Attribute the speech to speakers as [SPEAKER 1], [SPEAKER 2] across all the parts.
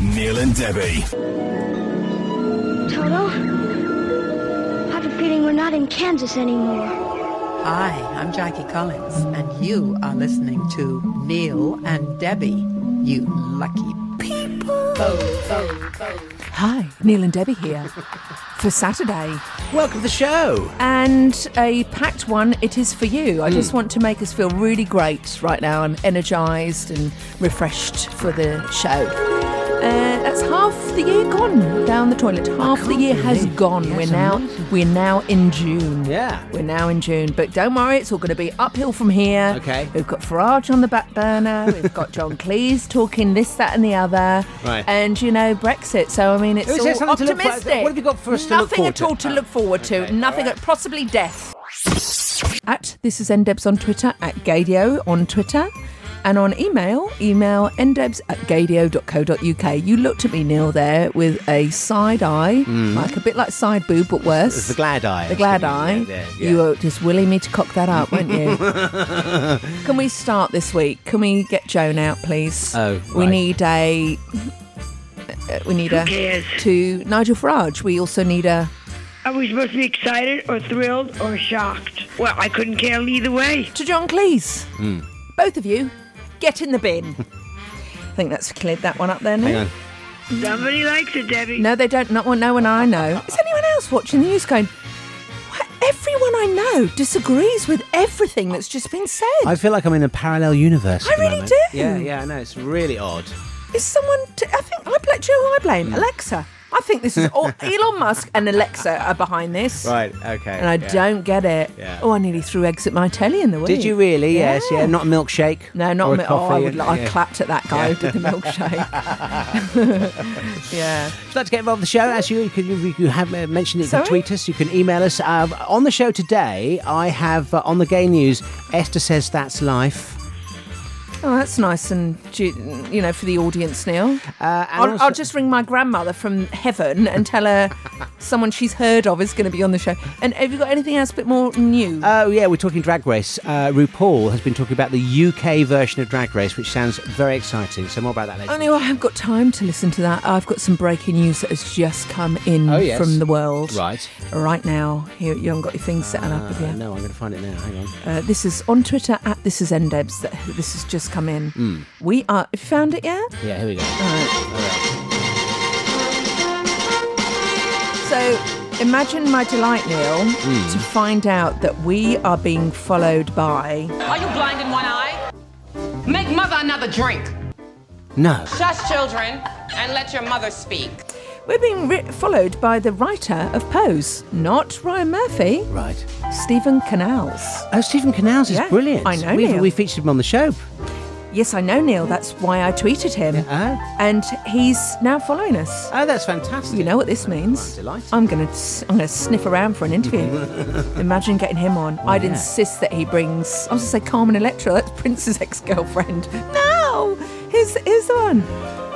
[SPEAKER 1] Neil and Debbie.
[SPEAKER 2] Toto, I have a feeling we're not in Kansas anymore.
[SPEAKER 3] Hi, I'm Jackie Collins, and you are listening to Neil and Debbie, you lucky
[SPEAKER 4] Hi, Neil and Debbie here for Saturday.
[SPEAKER 5] Welcome to the show.
[SPEAKER 4] And a packed one it is for you. I
[SPEAKER 5] Hmm.
[SPEAKER 4] just want to make us feel really great right now. I'm energised and refreshed for the show. Uh, that's half the year gone down the toilet. Half the year has gone. we're now we're now in June.
[SPEAKER 5] Yeah.
[SPEAKER 4] We're now in June, but don't worry, it's all going to be uphill from here.
[SPEAKER 5] Okay.
[SPEAKER 4] We've got Farage on the back burner. We've got John Cleese talking this, that, and the other.
[SPEAKER 5] Right.
[SPEAKER 4] And you know Brexit. So I mean, it's
[SPEAKER 5] Is there
[SPEAKER 4] all
[SPEAKER 5] something to look for-
[SPEAKER 4] optimistic.
[SPEAKER 5] what have you got for us to look
[SPEAKER 4] Nothing
[SPEAKER 5] forward
[SPEAKER 4] at
[SPEAKER 5] to?
[SPEAKER 4] all to
[SPEAKER 5] Oh,
[SPEAKER 4] look forward to.
[SPEAKER 5] okay,
[SPEAKER 4] Nothing,
[SPEAKER 5] all right.
[SPEAKER 4] at, possibly death. At this is ndebs on Twitter. At gadio on Twitter. And on email, email ndebs at gadio.co.uk. You looked at me, Neil, there with a side eye, like a bit like side boob, but worse.
[SPEAKER 5] Mm. It's the glad eye.
[SPEAKER 4] The glad eye.
[SPEAKER 5] Yeah,
[SPEAKER 4] You
[SPEAKER 5] yeah.
[SPEAKER 4] were just willing me to cock that up, weren't you? Can we start this week? Can we get Joan out, please?
[SPEAKER 5] Oh,
[SPEAKER 4] we
[SPEAKER 5] right.
[SPEAKER 4] need a. uh, We need a to Nigel Farage. We also need a.
[SPEAKER 6] Are we supposed to be excited or thrilled or shocked? Well, I couldn't care either way.
[SPEAKER 4] to John Cleese.
[SPEAKER 5] Hmm.
[SPEAKER 4] Both of you, get in the bin. I think that's cleared that one up there now.
[SPEAKER 5] Hang on.
[SPEAKER 6] Somebody likes it, Debbie.
[SPEAKER 4] No, they don't. Not one. No one I know. Is anyone else watching the news going? "Why, Everyone I know disagrees with everything that's just been said.
[SPEAKER 5] I feel like I'm in a parallel universe. at
[SPEAKER 4] I
[SPEAKER 5] the
[SPEAKER 4] really
[SPEAKER 5] moment.
[SPEAKER 4] do.
[SPEAKER 5] Yeah, yeah, I know. It's really odd.
[SPEAKER 4] Is someone? T- I think I blame. Do you know who I
[SPEAKER 5] Hmm.
[SPEAKER 4] blame? Alexa. I think this is all Elon Musk and Alexa are behind this.
[SPEAKER 5] Right, okay.
[SPEAKER 4] And I don't get it.
[SPEAKER 5] Yeah.
[SPEAKER 4] Oh, I nearly threw eggs at my telly in the week.
[SPEAKER 5] Did you really? Yes, yeah. Not a milkshake.
[SPEAKER 4] No, not
[SPEAKER 5] or
[SPEAKER 4] a
[SPEAKER 5] a
[SPEAKER 4] mi-
[SPEAKER 5] coffee.
[SPEAKER 4] Oh, I, would,
[SPEAKER 5] and-
[SPEAKER 4] like, I
[SPEAKER 5] yeah.
[SPEAKER 4] clapped at that guy who did the milkshake. yeah.
[SPEAKER 5] If you'd like to get involved in the show, as you, you, can, you, you have uh, mentioned, it, you can
[SPEAKER 4] Sorry?
[SPEAKER 5] tweet us, you can email us. Uh, on the show today, I have uh, on the gay news, Esther says that's life.
[SPEAKER 4] Oh, that's nice and, ju- you know, for the audience, Neil.
[SPEAKER 5] Uh, and
[SPEAKER 4] I'll,
[SPEAKER 5] also-
[SPEAKER 4] I'll just ring my grandmother from heaven and tell her someone she's heard of is going to be on the show. And have you got anything else a bit more new?
[SPEAKER 5] Oh yeah, we're talking Drag Race. Uh, RuPaul has been talking about the UK version of Drag Race, which sounds very exciting. So more about that later.
[SPEAKER 4] Only I haven't got time to listen to that. I've got some breaking news that has just come in
[SPEAKER 5] Oh, yes.
[SPEAKER 4] from the world.
[SPEAKER 5] Right.
[SPEAKER 4] Right now. Here, you haven't got your things set up, have
[SPEAKER 5] Uh,
[SPEAKER 4] you?
[SPEAKER 5] no, I'm going to find it now. Hang on.
[SPEAKER 4] Uh, this is on Twitter at this is ndebs. That this has just come in. We are. Have you found it yet?
[SPEAKER 5] Hmm. Yeah, here we go.
[SPEAKER 4] So imagine my delight, Neil,
[SPEAKER 5] Hmm.
[SPEAKER 4] to find out that we are being followed by.
[SPEAKER 7] Are you blind in one eye? Make mother another drink.
[SPEAKER 5] No.
[SPEAKER 7] Shush, children, and let your mother speak.
[SPEAKER 4] We're being ri followed by the writer of Pose, not Ryan Murphy,
[SPEAKER 5] Right.
[SPEAKER 4] Stephen Canals.
[SPEAKER 5] Oh, Stephen Canals is
[SPEAKER 4] Yeah,
[SPEAKER 5] brilliant.
[SPEAKER 4] I know,
[SPEAKER 5] We've,
[SPEAKER 4] Neil.
[SPEAKER 5] we featured him on the show.
[SPEAKER 4] Yes, I know, Neil. That's why I tweeted him,
[SPEAKER 5] Oh,
[SPEAKER 4] and he's now following us.
[SPEAKER 5] oh, that's fantastic.
[SPEAKER 4] You know what this
[SPEAKER 5] Oh,
[SPEAKER 4] means?
[SPEAKER 5] I'm delighted.
[SPEAKER 4] I'm gonna I'm gonna sniff around for an interview. Imagine getting him on. I'd
[SPEAKER 5] Oh, yeah.
[SPEAKER 4] insist that he brings. I was gonna say Carmen Electra. That's Prince's ex-girlfriend. No, here's here's the one.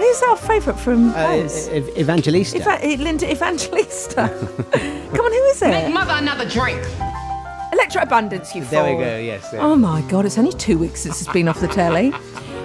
[SPEAKER 4] Who's our favourite from
[SPEAKER 5] Uh,
[SPEAKER 4] Pose?
[SPEAKER 5] Ev- Evangelista.
[SPEAKER 4] Eva- Linda Evangelista. Come on, who is
[SPEAKER 7] Make
[SPEAKER 4] it?
[SPEAKER 7] mother another drink.
[SPEAKER 4] Electro Abundance, you
[SPEAKER 5] there we
[SPEAKER 4] fool.
[SPEAKER 5] go. Yes. there.
[SPEAKER 4] Oh my God, it's only two weeks since it's been off the telly.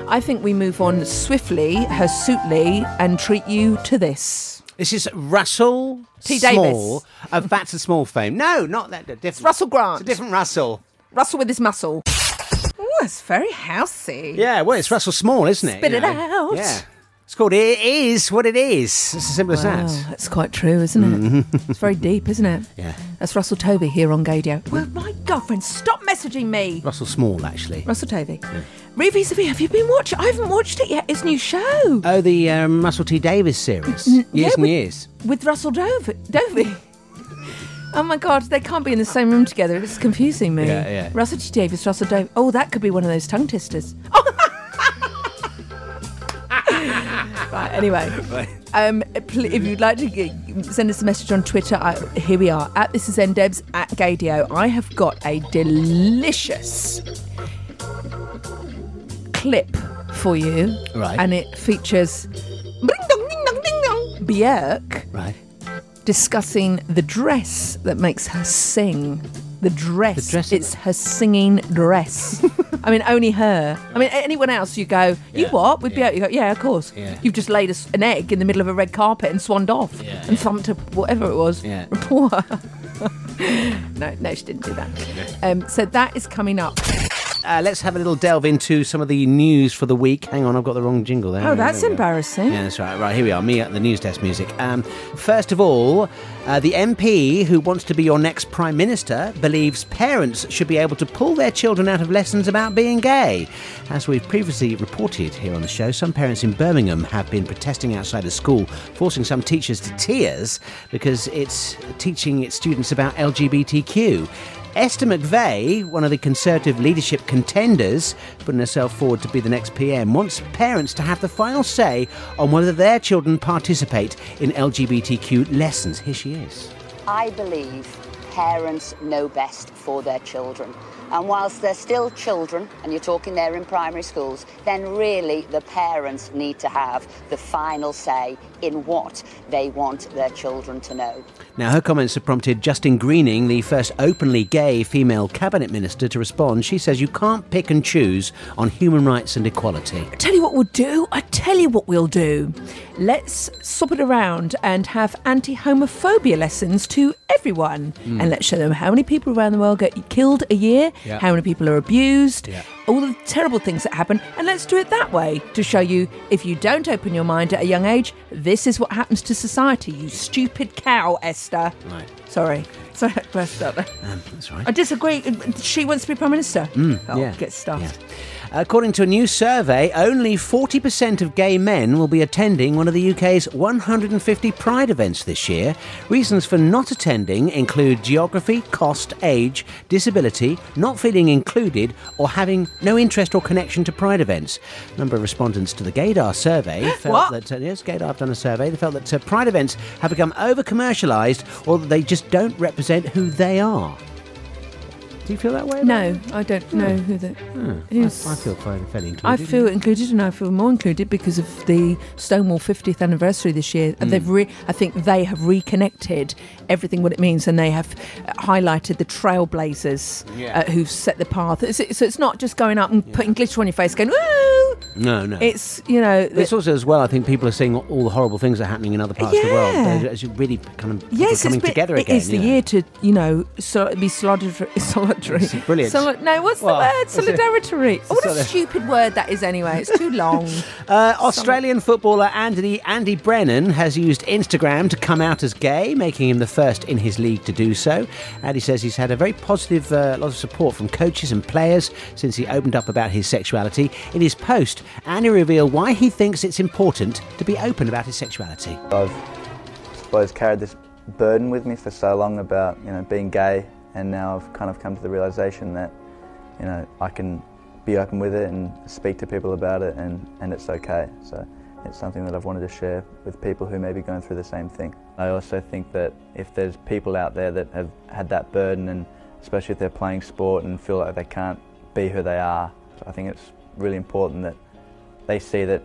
[SPEAKER 4] I think we move on swiftly, hirsutely, and treat you to this.
[SPEAKER 5] This is Russell
[SPEAKER 4] T. Davis.
[SPEAKER 5] Small of Fats and Small fame. No, not that. Different.
[SPEAKER 4] Russell Grant.
[SPEAKER 5] It's a different Russell.
[SPEAKER 4] Russell with his muscle. Oh, it's very housey.
[SPEAKER 5] Yeah, well, it's Russell Small, isn't it?
[SPEAKER 4] Spit
[SPEAKER 5] You
[SPEAKER 4] it
[SPEAKER 5] know?
[SPEAKER 4] out.
[SPEAKER 5] Yeah. It's called It Is What It Is. It's as simple as
[SPEAKER 4] Oh,
[SPEAKER 5] that.
[SPEAKER 4] that's quite true, isn't it? it's very deep, isn't it?
[SPEAKER 5] Yeah.
[SPEAKER 4] That's Russell Toby here on Gadio. Well, my girlfriend, stop messaging me.
[SPEAKER 5] Russell Small, actually.
[SPEAKER 4] Russell Toby. Reeve vis have you been watching? I haven't watched it yet. His new show
[SPEAKER 5] Oh, the um, Russell T Davis series. years and
[SPEAKER 4] Mm-hmm. we-
[SPEAKER 5] years.
[SPEAKER 4] with Russell Dove- Dovey. Oh my God, they can't be in the same room together. It's confusing me.
[SPEAKER 5] Yeah, yeah.
[SPEAKER 4] Russell T Davis, Russell Dove. Oh, that could be one of those tongue twisters. Oh. right, anyway. Um, pl- if you'd like to g- send us a message on Twitter, I, here we are at this is ndebs at gadio. I have got a delicious clip for you,
[SPEAKER 5] Right.
[SPEAKER 4] And it features bring dong, ding dong, ding dong, Björk
[SPEAKER 5] Right.
[SPEAKER 4] discussing the dress that makes her sing. The dress.
[SPEAKER 5] The dress-
[SPEAKER 4] It's her singing dress. I mean, only her. I mean, a- anyone else, you go, you
[SPEAKER 1] Yeah,
[SPEAKER 4] what? We'd be
[SPEAKER 1] yeah.
[SPEAKER 4] out. You go, yeah, of course.
[SPEAKER 5] Yeah.
[SPEAKER 4] You've just laid a s an egg in the middle of a red carpet and swanned off
[SPEAKER 1] Yeah,
[SPEAKER 4] and thumped a whatever it was.
[SPEAKER 5] Yeah.
[SPEAKER 4] Reporter. no, no, she didn't do that. Um, so that is coming up.
[SPEAKER 5] Uh, let's have a little delve into some of the news for the week. Hang on, I've got the wrong jingle there.
[SPEAKER 4] Oh, that's
[SPEAKER 5] There we go.
[SPEAKER 4] embarrassing.
[SPEAKER 5] Yeah, that's right. Right, here we are. Me at the news desk music. Um, first of all, uh, the MP who wants to be your next Prime Minister believes parents should be able to pull their children out of lessons about being gay. As we've previously reported here on the show, some parents in Birmingham have been protesting outside a school, forcing some teachers to tears because it's teaching its students about LGBTQ. Esther McVeigh, one of the Conservative leadership contenders, putting herself forward to be the next PM, wants parents to have the final say on whether their children participate in LGBTQ lessons. Here she is.
[SPEAKER 8] I believe parents know best for their children. And whilst they're still children, and you're talking there in primary schools, then really the parents need to have the final say in what they want their children to know.
[SPEAKER 5] Now, her comments have prompted Justin Greening, the first openly gay female cabinet minister, to respond. She says you can't pick and choose on human rights and equality.
[SPEAKER 4] tell you what we'll do. I tell you what we'll do. Let's swap it around and have anti homophobia lessons to everyone. And let's show them how many people around the world get killed a year,
[SPEAKER 5] Hmm. Yeah.
[SPEAKER 4] how many people are abused,
[SPEAKER 5] Yeah.
[SPEAKER 4] all the terrible things that happen. And let's do it that way to show you if you don't open your mind at a young age, this is what happens to society, you stupid cow, Esther.
[SPEAKER 5] Right.
[SPEAKER 4] Sorry. Sorry, I burst out there.
[SPEAKER 5] Um, that's right. Hmm.
[SPEAKER 4] I disagree. She wants to be Prime Minister. oh,
[SPEAKER 5] yeah,
[SPEAKER 4] Get stuffed.
[SPEAKER 5] According to a new survey, only 40% of gay men will be attending one of the UK's 150 Pride events this year. Reasons for not attending include geography, cost, age, disability, not feeling included, or having no interest or connection to Pride events. A number of respondents to the Gaydar survey
[SPEAKER 4] What?
[SPEAKER 5] felt that, uh, yes, Gaydar have done a survey, they felt that uh, Pride events have become over commercialised or that they just don't represent who they are. Do you feel that way? about it?
[SPEAKER 4] No, I don't know who the. who's-
[SPEAKER 5] I feel quite fairly included.
[SPEAKER 4] I feel included, and I feel more included because of the Stonewall 50th anniversary this year.
[SPEAKER 5] Hmm.
[SPEAKER 4] And They've, re- I think, they have reconnected everything what it means, and they have uh, highlighted the trailblazers
[SPEAKER 5] Yeah.
[SPEAKER 4] uh, who've set the path. It's, so it's not just going up and putting glitter on your face, going woo.
[SPEAKER 5] No, no. It's,
[SPEAKER 4] It's you know,
[SPEAKER 5] it's
[SPEAKER 4] the-
[SPEAKER 5] also as well. I think people are seeing all the horrible things that are happening in other parts of the world.
[SPEAKER 4] Yeah.
[SPEAKER 5] They're actually really kind of
[SPEAKER 4] yes,
[SPEAKER 5] coming
[SPEAKER 4] it's been-
[SPEAKER 5] together
[SPEAKER 4] It
[SPEAKER 5] again.
[SPEAKER 4] is the
[SPEAKER 5] you know.
[SPEAKER 4] year to you know so, be solidary. solitary.
[SPEAKER 5] brilliant.
[SPEAKER 4] Soli- no, what's
[SPEAKER 5] Well,
[SPEAKER 4] the word?
[SPEAKER 5] it's a-
[SPEAKER 4] Solidarity.
[SPEAKER 5] it's a
[SPEAKER 4] Oh, what a
[SPEAKER 5] solid-
[SPEAKER 4] stupid word that is. Anyway, it's too long.
[SPEAKER 5] Uh, Australian footballer Andy Andy Brennan has used Instagram to come out as gay, making him the first in his league to do so. Andy says he's had a very positive, uh, lot of support from coaches and players since he opened up about his sexuality. In his post, Andy revealed why he thinks it's important to be open about his sexuality.
[SPEAKER 9] suppose carried this burden with me for so long about you know being gay, and now I've kind of come to the realization that you know I can be open with it and speak to people about it, and and it's okay. So it's something that I've wanted to share with people who may be going through the same thing. I also think that if there's people out there that have had that burden, and especially if they're playing sport and feel like they can't be who they are, I think it's really important that they see that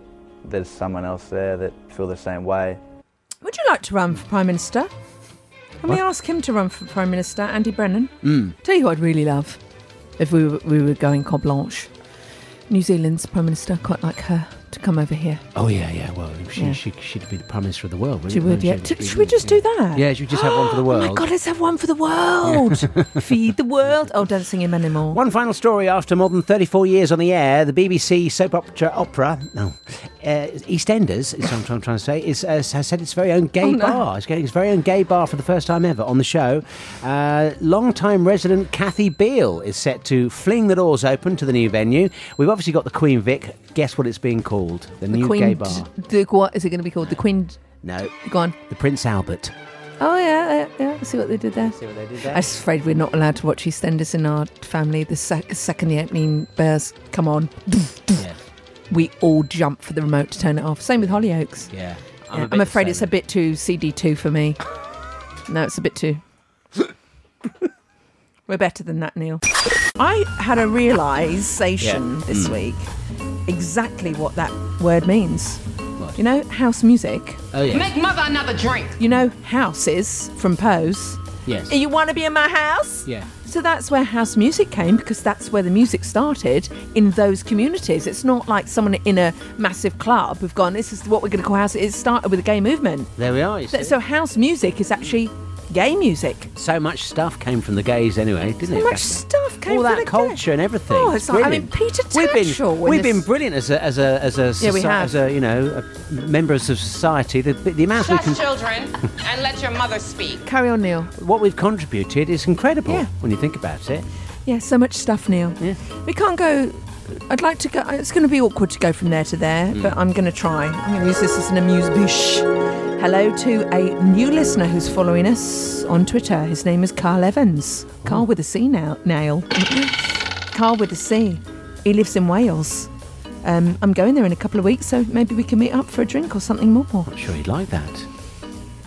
[SPEAKER 9] there's someone else there that feel the same way
[SPEAKER 4] Would you like to run for Prime Minister? Can we ask him to run for Prime Minister, Andy Brennan?
[SPEAKER 5] Hmm.
[SPEAKER 4] Tell you what I'd really love if we were, we were going Cobb Blanche. New Zealand's Prime Minister, quite like her, to come over here.
[SPEAKER 5] Oh yeah, yeah. Well, she,
[SPEAKER 4] Yeah.
[SPEAKER 5] She, she'd be the prime minister of the world. Wouldn't
[SPEAKER 4] She would, yeah.
[SPEAKER 5] She'd
[SPEAKER 4] T-
[SPEAKER 5] be-
[SPEAKER 4] should we just do that?
[SPEAKER 5] Yeah, should we just have one for the
[SPEAKER 4] Oh my
[SPEAKER 5] world?
[SPEAKER 4] God, let's have one for the world. Feed the world. Oh, don't sing him anymore.
[SPEAKER 5] One final story after more than 34 years on the air, the BBC soap opera, opera no, uh, EastEnders, is what I'm trying to say, is, uh, has had its very own gay
[SPEAKER 4] Oh, no.
[SPEAKER 5] bar. It's getting its very own gay bar for the first time ever on the show. Uh, long-time resident Kathy Beale is set to fling the doors open to the new venue. We've obviously got the Queen Vic. Guess what it's being called? The,
[SPEAKER 4] the
[SPEAKER 5] new
[SPEAKER 4] Queen.
[SPEAKER 5] gay
[SPEAKER 4] d-
[SPEAKER 5] bar.
[SPEAKER 4] the, what is it going to be called? The Queen. d-
[SPEAKER 5] No,
[SPEAKER 4] Go on.
[SPEAKER 5] the Prince Albert.
[SPEAKER 4] Oh, yeah, yeah, yeah. See what they did there.
[SPEAKER 5] See what they did
[SPEAKER 4] I'm just afraid we're not allowed to watch EastEnders in our family. The sec- second the opening bears come on,
[SPEAKER 5] Yeah.
[SPEAKER 4] we all jump for the remote to turn it off. Same with Hollyoaks.
[SPEAKER 5] yeah.
[SPEAKER 4] Yeah, I'm,
[SPEAKER 5] bit the
[SPEAKER 4] afraid it's
[SPEAKER 5] same.
[SPEAKER 4] a bit too CD2 for me. no, it's a bit too. We're better than that, Neil. I had a realization this week exactly what that word means. You know, house music.
[SPEAKER 5] Oh yeah.
[SPEAKER 7] Make mother another drink.
[SPEAKER 4] You know, houses from Pose.
[SPEAKER 5] Yes.
[SPEAKER 4] You want to be in my house?
[SPEAKER 5] Yeah.
[SPEAKER 4] So So that's where house music came because that's where the music started in those communities. It's not like someone in a massive club who've gone, this is what we're going to call house. It started with a gay movement.
[SPEAKER 5] There we are. you see.
[SPEAKER 4] Th- So house music is actually gay music.
[SPEAKER 5] so much stuff came from the gays anyway, didn't it?
[SPEAKER 4] So much
[SPEAKER 5] back then?
[SPEAKER 4] stuff came
[SPEAKER 5] all
[SPEAKER 4] from
[SPEAKER 5] that
[SPEAKER 4] the gay-
[SPEAKER 5] culture and everything.
[SPEAKER 4] Oh, it's like, I mean,
[SPEAKER 5] Brilliant.
[SPEAKER 4] Peter
[SPEAKER 5] We've
[SPEAKER 4] Tatchell.
[SPEAKER 5] been
[SPEAKER 4] in
[SPEAKER 5] we've been
[SPEAKER 4] this-
[SPEAKER 5] brilliant as a as a as a,
[SPEAKER 4] Yeah, we
[SPEAKER 5] soci-
[SPEAKER 4] have.
[SPEAKER 5] as a you know a, members of society. The, the amount we
[SPEAKER 7] Shut,
[SPEAKER 5] can,
[SPEAKER 7] children, and let your mother speak.
[SPEAKER 4] Carry on, Neil.
[SPEAKER 5] what we've contributed is incredible
[SPEAKER 4] Yeah.
[SPEAKER 5] when you think about it.
[SPEAKER 4] Yeah, so much stuff, Neil.
[SPEAKER 5] Yeah.
[SPEAKER 4] We can't go. I'd like to go. It's going to be awkward to go from there to there, but I'm going to try. I'm going to use this as an amuse bouche. Hello to a new listener who's following us on Twitter. His name is Carl Evans. Carl with a C now, nail. Carl with a C. He lives in Wales. Um, I'm going there in a couple of weeks, so maybe we can meet up for a drink or something more.
[SPEAKER 5] I'm sure you'd like that.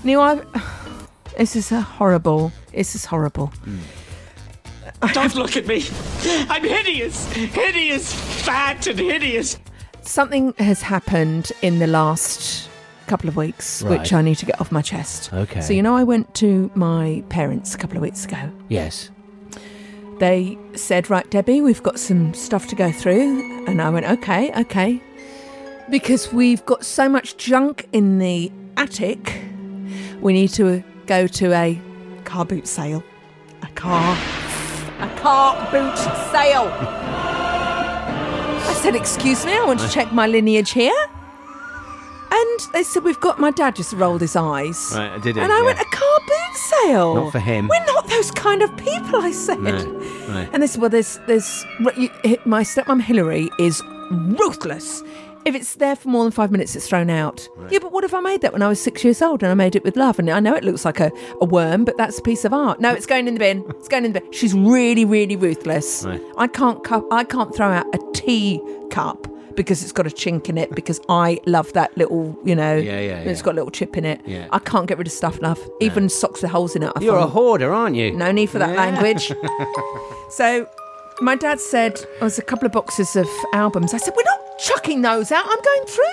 [SPEAKER 4] Neil, I. This is a horrible. This is horrible.
[SPEAKER 1] Mm. Don't look at me. I'm hideous, hideous, fat and hideous.
[SPEAKER 4] something has happened in the last couple of weeks which
[SPEAKER 5] Right.
[SPEAKER 4] I need to get off my chest.
[SPEAKER 5] Okay.
[SPEAKER 4] So you know I went to my parents a couple of weeks ago.
[SPEAKER 5] Yes.
[SPEAKER 4] They said, "Right, Debbie, we've got some stuff to go through." And I went, "Okay, okay." Because we've got so much junk in the attic, we need to go to a car boot sale. A car a car boot sale. I said, Excuse me, I want to check my lineage here. And they said, We've got my dad just rolled his eyes.
[SPEAKER 5] Right, I did it,
[SPEAKER 4] And I went,
[SPEAKER 5] yeah.
[SPEAKER 4] A car boot sale.
[SPEAKER 5] Not for him.
[SPEAKER 4] We're not those kind of people, I said.
[SPEAKER 5] No, right.
[SPEAKER 4] And they said, Well, there's, there's, you- my stepmom Hillary is ruthless. If it's there for more than five minutes, it's thrown out. Yeah, but what if I made that when I was six years old and I made it with love? And I know it looks like a, a worm, but that's a piece of art. No, it's going in the bin. It's going in the bin. She's really, really ruthless.
[SPEAKER 5] Right.
[SPEAKER 4] I can't cu- I can't throw out a tea cup because it's got a chink in it because I love that little, you know,
[SPEAKER 5] Yeah, yeah,
[SPEAKER 4] it's
[SPEAKER 5] yeah.
[SPEAKER 4] got a little chip in it.
[SPEAKER 5] Yeah.
[SPEAKER 4] I can't get rid of stuff, love. Even socks with holes in it. I
[SPEAKER 5] You're a
[SPEAKER 4] find-
[SPEAKER 5] hoarder, aren't you?
[SPEAKER 4] no need for that
[SPEAKER 5] Yeah.
[SPEAKER 4] language. so my dad said, oh, there's a couple of boxes of albums. I said, we're not chucking those out. I'm going through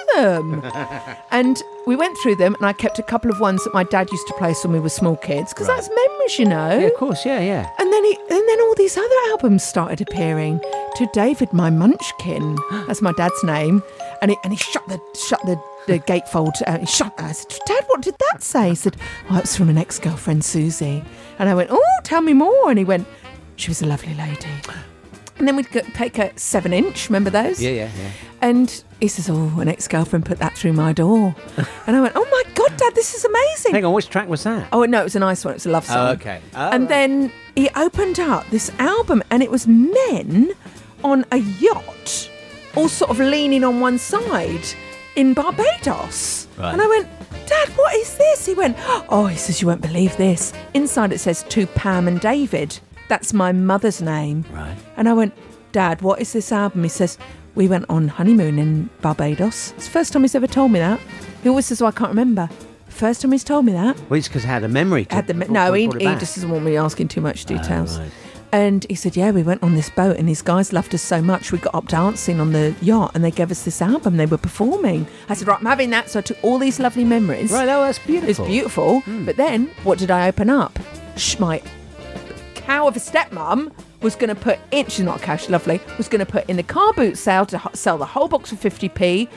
[SPEAKER 4] them. and we went through them and I kept a couple of ones that my dad used to place when we were small kids because that's memories, you know.
[SPEAKER 5] Yeah, of course. Yeah, yeah.
[SPEAKER 4] And then he, and then all these other albums started appearing to David, my Munchkin. That's my dad's name. And he and he shut the shut the, the gatefold. Uh, he shut. I said, Dad, what did that say? He said, Oh, it was from an ex girlfriend, Susie. And I went, Oh, tell me more. And he went, She was a lovely lady. And then we'd go, take a seven inch. Remember those?
[SPEAKER 5] Yeah, yeah, yeah.
[SPEAKER 4] And he says, Oh, an ex girlfriend put that through my door. and I went, Oh my God, Dad, this is amazing.
[SPEAKER 5] Hang on, which track was that?
[SPEAKER 4] Oh no, it was a nice one. It was a love song.
[SPEAKER 5] okay. Oh,
[SPEAKER 4] and
[SPEAKER 5] right.
[SPEAKER 4] then he opened up this album, and it was men on a yacht, all sort of leaning on one side in Barbados.
[SPEAKER 5] Right.
[SPEAKER 4] And I went, Dad, what is this? He went, Oh, he says you won't believe this. Inside it says to Pam and David. That's my mother's name.
[SPEAKER 5] Right.
[SPEAKER 4] And I went, Dad, what is this album? He says, We went on honeymoon in Barbados. It's the first time he's ever told me that. He always says, well, I can't remember. First time he's told me that.
[SPEAKER 5] Well, it's because I had a memory. To
[SPEAKER 4] Had the,
[SPEAKER 5] brought-
[SPEAKER 4] no, he,
[SPEAKER 5] brought it
[SPEAKER 4] he
[SPEAKER 5] back. Ah,
[SPEAKER 4] just doesn't want me asking too much details.
[SPEAKER 5] right.
[SPEAKER 4] And he said, Yeah, we went on this boat, and these guys loved us so much. We got up dancing on the yacht, and they gave us this album. They were performing. I said, Right, I'm having that. So I took all these lovely memories.
[SPEAKER 5] Right. Oh, that's
[SPEAKER 4] It
[SPEAKER 5] beautiful. Hmm.
[SPEAKER 4] was beautiful. But then, what did I open up? Sh- my cow of a stepmom was going to put in, she's not a cow, she's lovely, was going to put in the car boot sale to ho- sell the whole box for 50p.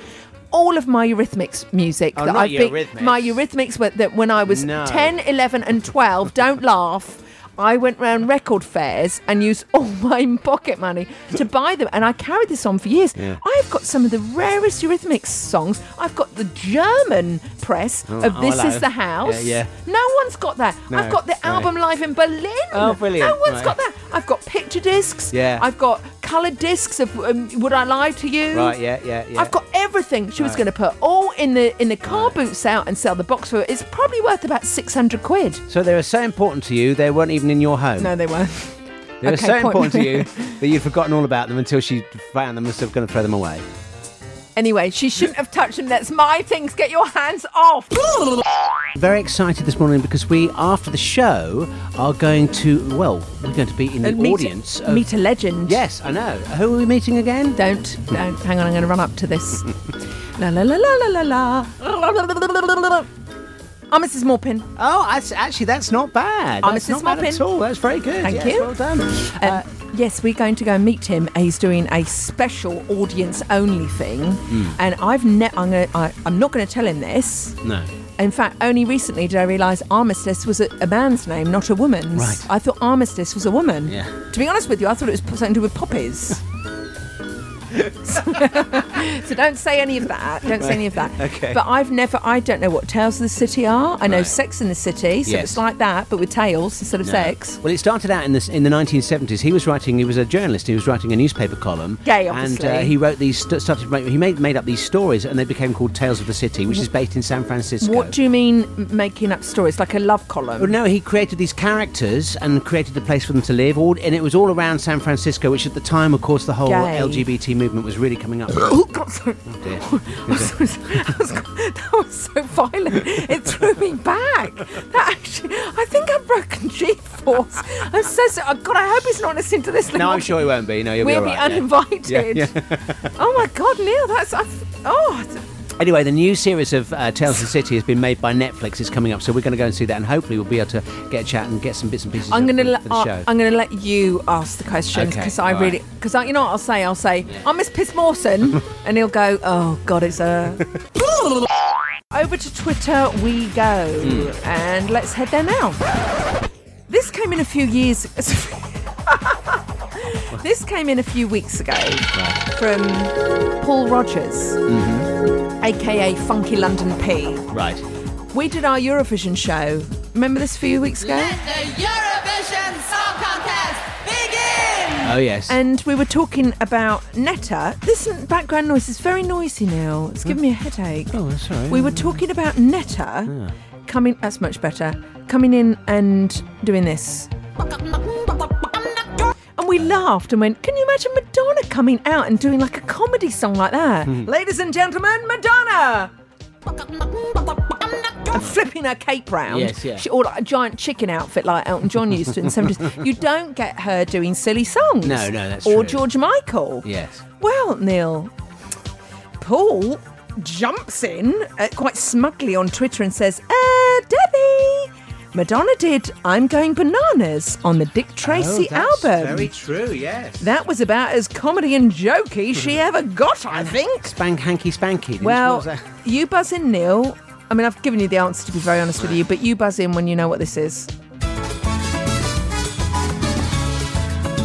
[SPEAKER 4] All of my Eurythmics music
[SPEAKER 5] Oh,
[SPEAKER 4] that
[SPEAKER 5] not
[SPEAKER 4] I've been,
[SPEAKER 5] Eurythmics.
[SPEAKER 4] my Eurythmics were, that when I was
[SPEAKER 5] No.
[SPEAKER 4] 10, 11, and 12, don't laugh. I went round record fairs and used all my pocket money to buy them, and I carried this on for years.
[SPEAKER 5] Yeah.
[SPEAKER 4] I've got some of the rarest Eurythmics songs. I've got the German press of
[SPEAKER 5] oh,
[SPEAKER 4] This
[SPEAKER 5] hello.
[SPEAKER 4] Is the House.
[SPEAKER 5] Yeah,
[SPEAKER 4] No one's got that.
[SPEAKER 5] No,
[SPEAKER 4] I've got the
[SPEAKER 5] right.
[SPEAKER 4] album live in Berlin.
[SPEAKER 5] Oh, brilliant.
[SPEAKER 4] No one's
[SPEAKER 5] Right.
[SPEAKER 4] got that. I've got picture discs.
[SPEAKER 5] Yeah.
[SPEAKER 4] I've got coloured discs of um, Would I Lie to You?
[SPEAKER 5] Right. Yeah. Yeah. Yeah.
[SPEAKER 4] I've got everything. She was
[SPEAKER 5] Right.
[SPEAKER 4] going to put all in the in the car boot sale and sell the box for it. It's probably worth about six hundred quid.
[SPEAKER 5] So they were so important to you, they weren't even in your home.
[SPEAKER 4] No, they weren't.
[SPEAKER 5] they were
[SPEAKER 4] okay,
[SPEAKER 5] so
[SPEAKER 4] point.
[SPEAKER 5] important to you that you'd forgotten all about them until she found them and was going to throw them away.
[SPEAKER 4] Anyway, she shouldn't have touched them. That's my things. Get your hands off.
[SPEAKER 5] Very excited this morning because we, after the show, are going to, well, we're going to be in the
[SPEAKER 4] And Uh, meet-
[SPEAKER 5] audience. of-
[SPEAKER 4] meet a legend.
[SPEAKER 5] Yes, I know. Who are we meeting again?
[SPEAKER 4] Don't, don't. Hang on, I'm going to run up to this. la la la la la la la. I'm Mrs. Morpin. um,
[SPEAKER 5] Oh, that's, actually, that's not bad.
[SPEAKER 4] I'm
[SPEAKER 5] that's
[SPEAKER 4] Mrs.
[SPEAKER 5] not bad
[SPEAKER 4] Moppin.
[SPEAKER 5] at all. That's very good.
[SPEAKER 4] Oh, Thank
[SPEAKER 5] Yes,
[SPEAKER 4] you.
[SPEAKER 5] Well done.
[SPEAKER 4] Um,
[SPEAKER 5] Uh,
[SPEAKER 4] yes, we're going to go and meet him. He's doing a special audience-only thing, and I've ne- I'm, gonna, I, I'm not going to tell him this.
[SPEAKER 5] no.
[SPEAKER 4] In fact, only recently did I realise Armistice was a, a man's name, not a woman's.
[SPEAKER 5] Right.
[SPEAKER 4] I thought Armistice was a woman.
[SPEAKER 5] Yeah.
[SPEAKER 4] To be honest with you, I thought it was p- something to do with poppies. so don't say any of that. Don't say any of that.
[SPEAKER 5] Okay.
[SPEAKER 4] But I've never. I don't know what Tales of the City are. I know
[SPEAKER 5] Right.
[SPEAKER 4] Sex in the City, so
[SPEAKER 5] Yes.
[SPEAKER 4] it's like that, but with tails instead of sex.
[SPEAKER 5] Well, it started out in the in the 1970s. He was writing. He was a journalist. He was writing a newspaper column.
[SPEAKER 4] Gay, obviously.
[SPEAKER 5] And uh, he wrote these. St- started. to make- He made made up these stories, and they became called Tales of the City, which is based in San Francisco.
[SPEAKER 4] Mm-hmm. What do you mean m- making up stories like a love column?
[SPEAKER 5] Well, Oh, no, he created these characters and created a place for them to live, all, and it was all around San Francisco, which at the time, of course, the whole
[SPEAKER 4] Gay.
[SPEAKER 5] LGBT movement was really coming up.
[SPEAKER 4] Oh God! Sorry.
[SPEAKER 5] dear.
[SPEAKER 4] I'm so sorry. That was- that was so violent. It threw me back. That actually, I think I've broken G-force. I'm so sorry. Oh, God, I hope he's not listening to this.
[SPEAKER 5] no,
[SPEAKER 4] Lemon.
[SPEAKER 5] I'm sure he won't be. No, he'll
[SPEAKER 4] we'll
[SPEAKER 5] be
[SPEAKER 4] be,
[SPEAKER 5] all right. yeah.
[SPEAKER 4] uninvited.
[SPEAKER 5] Yeah,
[SPEAKER 4] oh my God, Neil, that's I've, oh. it's-
[SPEAKER 5] Anyway, the new series of uh, Tales of the City has been made by Netflix. It's coming up, so we're going to go and see that, and hopefully we'll be able to get a chat and get some bits and pieces.
[SPEAKER 4] I'm
[SPEAKER 5] up
[SPEAKER 4] gonna
[SPEAKER 5] for,
[SPEAKER 4] let
[SPEAKER 5] for the
[SPEAKER 4] uh,
[SPEAKER 5] show.
[SPEAKER 4] I'm gonna let you ask the questions
[SPEAKER 5] Okay,
[SPEAKER 4] because I
[SPEAKER 5] all
[SPEAKER 4] really
[SPEAKER 5] right.
[SPEAKER 4] because I you know what I'll say I'll say I'm Miss Piss Mawson and he'll go oh God it's a over to Twitter we go
[SPEAKER 5] Hmm.
[SPEAKER 4] and let's head there now. This came in a few years. this came in a few weeks ago from Paul Rogers,
[SPEAKER 5] Mm-hmm.
[SPEAKER 4] aka Funky London P.
[SPEAKER 5] Right.
[SPEAKER 4] We did our Eurovision show. Remember this a few weeks ago?
[SPEAKER 7] The Eurovision Song Contest begin!
[SPEAKER 5] Oh yes.
[SPEAKER 4] and we were talking about Netta. This background noise is very noisy now. It's giving me a headache.
[SPEAKER 5] oh, sorry.
[SPEAKER 4] We were talking about Netta coming. That's much better. Coming in and doing this. And we laughed and went, Can you imagine Madonna coming out and doing like a comedy song like that?
[SPEAKER 5] Hmm.
[SPEAKER 4] Ladies and gentlemen, Madonna! And flipping her cape round.
[SPEAKER 5] Yes, yeah.
[SPEAKER 4] She, or like a giant chicken outfit like Elton John used to in the 70s. You don't get her doing silly songs.
[SPEAKER 5] No, no, that's
[SPEAKER 4] Or
[SPEAKER 5] true.
[SPEAKER 4] George Michael.
[SPEAKER 5] Yes.
[SPEAKER 4] Well, Neil, Paul jumps in uh, quite smugly on Twitter and says, uh, Debbie, Madonna did I'm Going Bananas on the Dick Tracy album.
[SPEAKER 5] Oh, true. Yes.
[SPEAKER 4] that was about as comedy and jokey she ever got, I think.
[SPEAKER 5] Spank hanky spanky. didn't- what
[SPEAKER 4] Well,
[SPEAKER 5] was that?
[SPEAKER 4] you buzz in, Neil. I mean, I've given you the answer to be very honest with you, but you buzz in when you know what this is.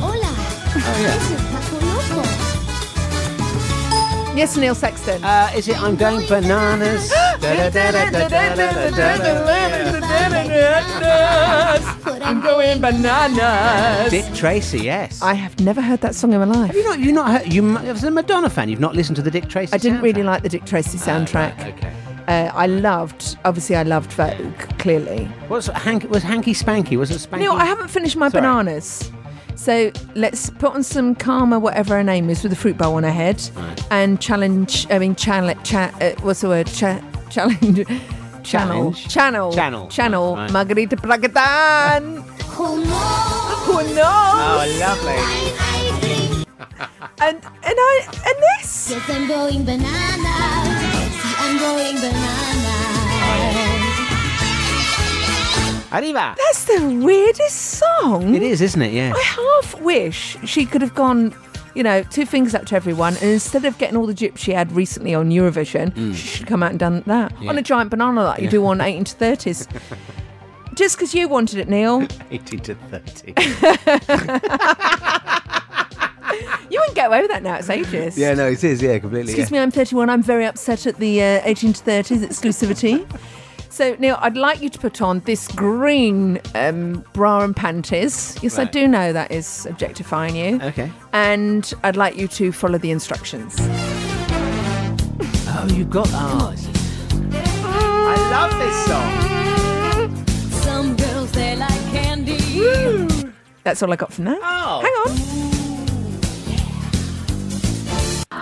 [SPEAKER 2] Hola.
[SPEAKER 4] Oh,
[SPEAKER 2] This is Paco Loco.
[SPEAKER 4] Yes, Neil Sexton.
[SPEAKER 5] Uh, is it I'm going bananas? Da-da-da-da-da-da-da-da-da.
[SPEAKER 4] I'm going bananas.
[SPEAKER 5] Dick Tracy, yes.
[SPEAKER 4] I have never heard that song in my life.
[SPEAKER 5] Have you not? You not? Heard, you mu- as a Madonna fan, you've not listened to the Dick Tracy.
[SPEAKER 4] I didn't really
[SPEAKER 5] soundtrack?
[SPEAKER 4] like the Dick Tracy soundtrack.
[SPEAKER 5] Ah, Right, okay.
[SPEAKER 4] Uh, I loved, obviously, I loved Vogue, clearly.
[SPEAKER 5] What's hank, was hanky spanky? Was it spanky?
[SPEAKER 4] Neil, I haven't finished my
[SPEAKER 5] Sorry.
[SPEAKER 4] bananas. So let's put on some Karma, whatever her name is, with a fruit bowl on her head
[SPEAKER 5] Right.
[SPEAKER 4] and challenge, I mean, channel, cha, uh, what's the word? Cha, challenge. Channel,
[SPEAKER 5] Challenge?
[SPEAKER 4] channel,
[SPEAKER 5] Channel.
[SPEAKER 4] channel,
[SPEAKER 5] Right.
[SPEAKER 4] Margarita Pragatan. Who knows?
[SPEAKER 5] Oh, lovely.
[SPEAKER 2] I think
[SPEAKER 4] And and I and this.
[SPEAKER 2] yes, I'm going bananas. See, I'm going bananas.
[SPEAKER 5] Arriba.
[SPEAKER 4] That's the weirdest song.
[SPEAKER 5] It is, isn't it? Yeah.
[SPEAKER 4] I half wish she could have gone, you know, two fingers up to everyone, and instead of getting all the gyps she had recently on Eurovision,
[SPEAKER 5] Mm.
[SPEAKER 4] she should have come out and done that on a giant banana like you do on 18 to 30s. Just because you wanted it, Neil,
[SPEAKER 5] 80 to 30.
[SPEAKER 4] you wouldn't get away with that now. It's ages.
[SPEAKER 5] yeah, no, it is. Yeah, completely.
[SPEAKER 4] Excuse me, I'm 31. I'm very upset at the uh, 18 to 30s exclusivity. so, Neil, I'd like you to put on this green um, bra and panties. Yes, I
[SPEAKER 5] Right.
[SPEAKER 4] do know that is objectifying you.
[SPEAKER 5] Okay.
[SPEAKER 4] And I'd like you to follow the instructions.
[SPEAKER 5] Oh, you got. Oh, I love this song.
[SPEAKER 7] Some girls, they like candy.
[SPEAKER 4] That's all I got from that.
[SPEAKER 5] Oh.
[SPEAKER 4] Hang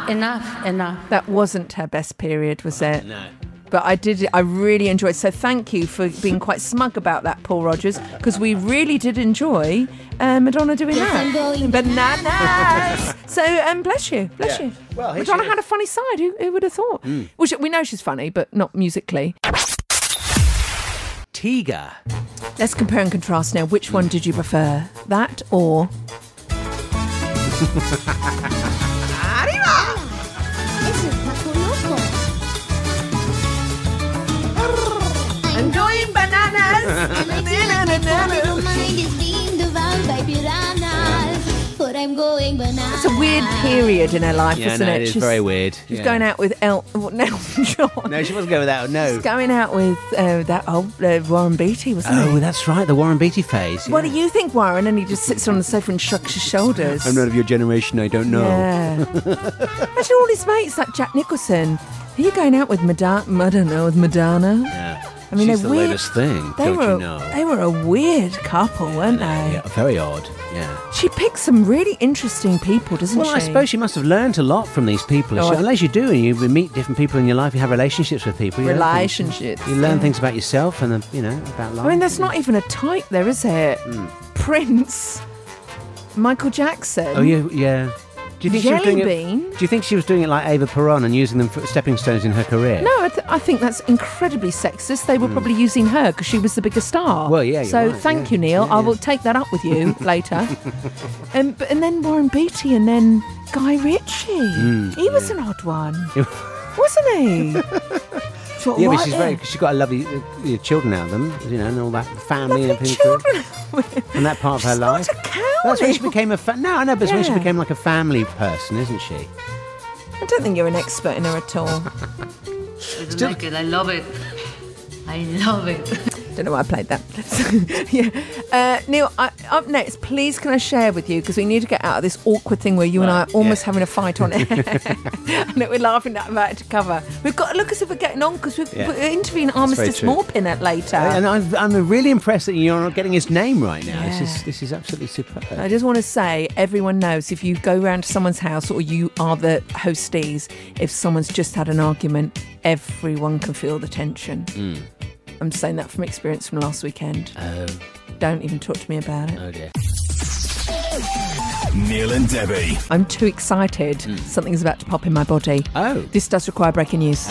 [SPEAKER 7] Enough, enough.
[SPEAKER 4] on. That wasn't her best period, was it?
[SPEAKER 5] Oh, No.
[SPEAKER 4] But I did, I really enjoyed So thank you for being quite smug about that, Paul Rogers, because we really did enjoy uh, Madonna doing that. Bananas! so um, bless you, bless
[SPEAKER 5] Yeah.
[SPEAKER 4] you.
[SPEAKER 5] Well, here she
[SPEAKER 4] Madonna
[SPEAKER 5] is.
[SPEAKER 4] had a
[SPEAKER 5] Hmm.
[SPEAKER 4] funny side, who, who would have thought? Well, she- we know she's funny, but not musically.
[SPEAKER 5] Antigua.
[SPEAKER 4] Let's compare and contrast now. Which one did you prefer? That or
[SPEAKER 2] This is Paco Loco.
[SPEAKER 3] Enjoying bananas.
[SPEAKER 2] And I feel like my poor little mind is being devoured by piranhas. But I'm going bananas.
[SPEAKER 4] it's a weird period in her life,
[SPEAKER 5] Yeah,
[SPEAKER 4] isn't
[SPEAKER 5] no,
[SPEAKER 4] it?
[SPEAKER 5] it is very weird.
[SPEAKER 4] She's
[SPEAKER 5] Yeah.
[SPEAKER 4] going out with El what, Elton John.
[SPEAKER 5] No, she wasn't going without. No.
[SPEAKER 4] She's going out with uh, that old uh, Warren Beatty, wasn't it?
[SPEAKER 5] Oh, that's right. The Warren Beatty phase.
[SPEAKER 4] What do you think, Warren? And he just sits on the sofa and shrugs his shoulders.
[SPEAKER 5] of your generation. I don't
[SPEAKER 4] Yeah. Actually, all his mates, like Jack Nicholson, are you going out with Madonna? I don't know, with Madonna. I mean,
[SPEAKER 5] She's
[SPEAKER 4] they're
[SPEAKER 5] the
[SPEAKER 4] weird.
[SPEAKER 5] latest thing.
[SPEAKER 4] They
[SPEAKER 5] don't
[SPEAKER 4] were,
[SPEAKER 5] you know?
[SPEAKER 4] They were a weird couple, weren't they?
[SPEAKER 5] yeah, very odd. Yeah.
[SPEAKER 4] She picks some really interesting people, doesn't
[SPEAKER 5] Well,
[SPEAKER 4] she?
[SPEAKER 5] I suppose she must have learned a lot from these people.
[SPEAKER 4] Oh,
[SPEAKER 5] She-
[SPEAKER 4] I-
[SPEAKER 5] unless you do, and you meet different people in your life, you have relationships with people. You learn things.
[SPEAKER 4] relationships.
[SPEAKER 5] You learn
[SPEAKER 4] yeah.
[SPEAKER 5] things about yourself and, the, you know, about life.
[SPEAKER 4] I mean, that's not even a type, there, is it?
[SPEAKER 5] Hmm.
[SPEAKER 4] Prince, Michael Jackson.
[SPEAKER 5] Oh yeah, yeah. Do you think she was doing
[SPEAKER 4] Jellybean?
[SPEAKER 5] it? Do you think she was doing it like Ava Peron and using them for stepping stones in her career?
[SPEAKER 4] No, I, th- I think that's incredibly sexist. They were probably using her because she was the bigger star.
[SPEAKER 5] Hmm. Well, yeah, you're
[SPEAKER 4] So
[SPEAKER 5] right,
[SPEAKER 4] thank
[SPEAKER 5] yeah.
[SPEAKER 4] you, Neil.
[SPEAKER 5] Yeah,
[SPEAKER 4] I
[SPEAKER 5] yeah.
[SPEAKER 4] will take that up with you later. Um, but, and then Warren Beatty, and then Guy Ritchie.
[SPEAKER 5] Hmm,
[SPEAKER 4] he was an odd one, wasn't he? Thought,
[SPEAKER 5] Yeah, but
[SPEAKER 4] right
[SPEAKER 5] she's
[SPEAKER 4] there.
[SPEAKER 5] very. She's got a lovely uh, yeah, children out of them, you know, and all that family and
[SPEAKER 4] Lovely
[SPEAKER 5] everything.
[SPEAKER 4] children.
[SPEAKER 5] And that part of her
[SPEAKER 4] She's
[SPEAKER 5] life.
[SPEAKER 4] not a cow,
[SPEAKER 5] That's when she
[SPEAKER 4] Neil.
[SPEAKER 5] became a. Fa- no, I know, but it's when she
[SPEAKER 4] Yeah.
[SPEAKER 5] became like a family person, isn't she?
[SPEAKER 4] I don't think you're an expert in her at all.
[SPEAKER 7] Like it, I love it. I love it.
[SPEAKER 4] Don't know why I played that. yeah. Uh, Neil, I, up next, please can I share with you because we need to get out of this awkward thing where you and I are almost
[SPEAKER 5] yeah.
[SPEAKER 4] having a fight on it, and that we're laughing at about to cover. We've got to look as if we're getting on because we're,
[SPEAKER 5] Yeah.
[SPEAKER 4] we're interviewing Armistice
[SPEAKER 5] true. Oh,
[SPEAKER 4] Maupin at later.
[SPEAKER 5] And I'm, I'm really impressed that you're not getting his name right now.
[SPEAKER 4] Yeah. Uh,
[SPEAKER 5] This is this is absolutely superb.
[SPEAKER 4] I just want to say, everyone knows if you go round to someone's house or you are the hostees, if someone's just had an argument, everyone can feel the tension.
[SPEAKER 5] Hmm.
[SPEAKER 4] I'm saying that from experience from last weekend. Oh. Don't even talk to me about it.
[SPEAKER 5] Oh dear.
[SPEAKER 10] Neil and Debbie.
[SPEAKER 4] I'm too excited.
[SPEAKER 5] Hmm.
[SPEAKER 4] Something's about to pop in my body.
[SPEAKER 5] Oh.
[SPEAKER 4] This does require breaking news.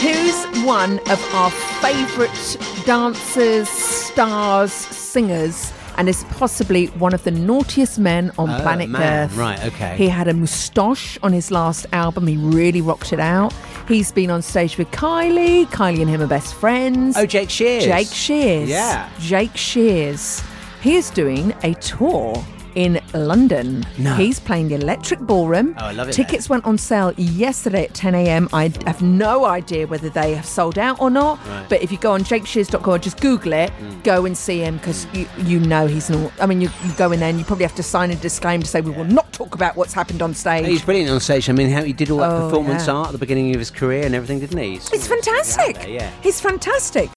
[SPEAKER 4] Who's one of our favourite dancers, stars, singers, and is possibly one of the naughtiest men on
[SPEAKER 5] Oh,
[SPEAKER 4] planet
[SPEAKER 5] man.
[SPEAKER 4] Earth?
[SPEAKER 5] Right, okay.
[SPEAKER 4] He had a moustache on his last album. He really rocked it out. He's been on stage with Kylie. Kylie and him are best friends.
[SPEAKER 5] Oh, Jake Shears.
[SPEAKER 4] Jake Shears.
[SPEAKER 5] Yeah.
[SPEAKER 4] Jake Shears. He is doing a tour in London.
[SPEAKER 5] No.
[SPEAKER 4] He's playing the Electric Ballroom.
[SPEAKER 5] Oh, I love it
[SPEAKER 4] Tickets went on sale yesterday at 10 a.m. I have no idea whether they have sold out or not, but if you go on jakeshears.com or just Google it,
[SPEAKER 5] Mm.
[SPEAKER 4] go and see him because you, you know he's not. I mean, you, you go in there and you probably have to sign a disclaimer to say we will not talk about what's happened on stage.
[SPEAKER 5] He's brilliant on stage. I mean, how he did all that
[SPEAKER 4] Oh,
[SPEAKER 5] performance
[SPEAKER 4] yeah.
[SPEAKER 5] art at the beginning of his career and everything, didn't he?
[SPEAKER 4] It's fantastic.
[SPEAKER 5] Yeah, yeah.
[SPEAKER 4] He's fantastic.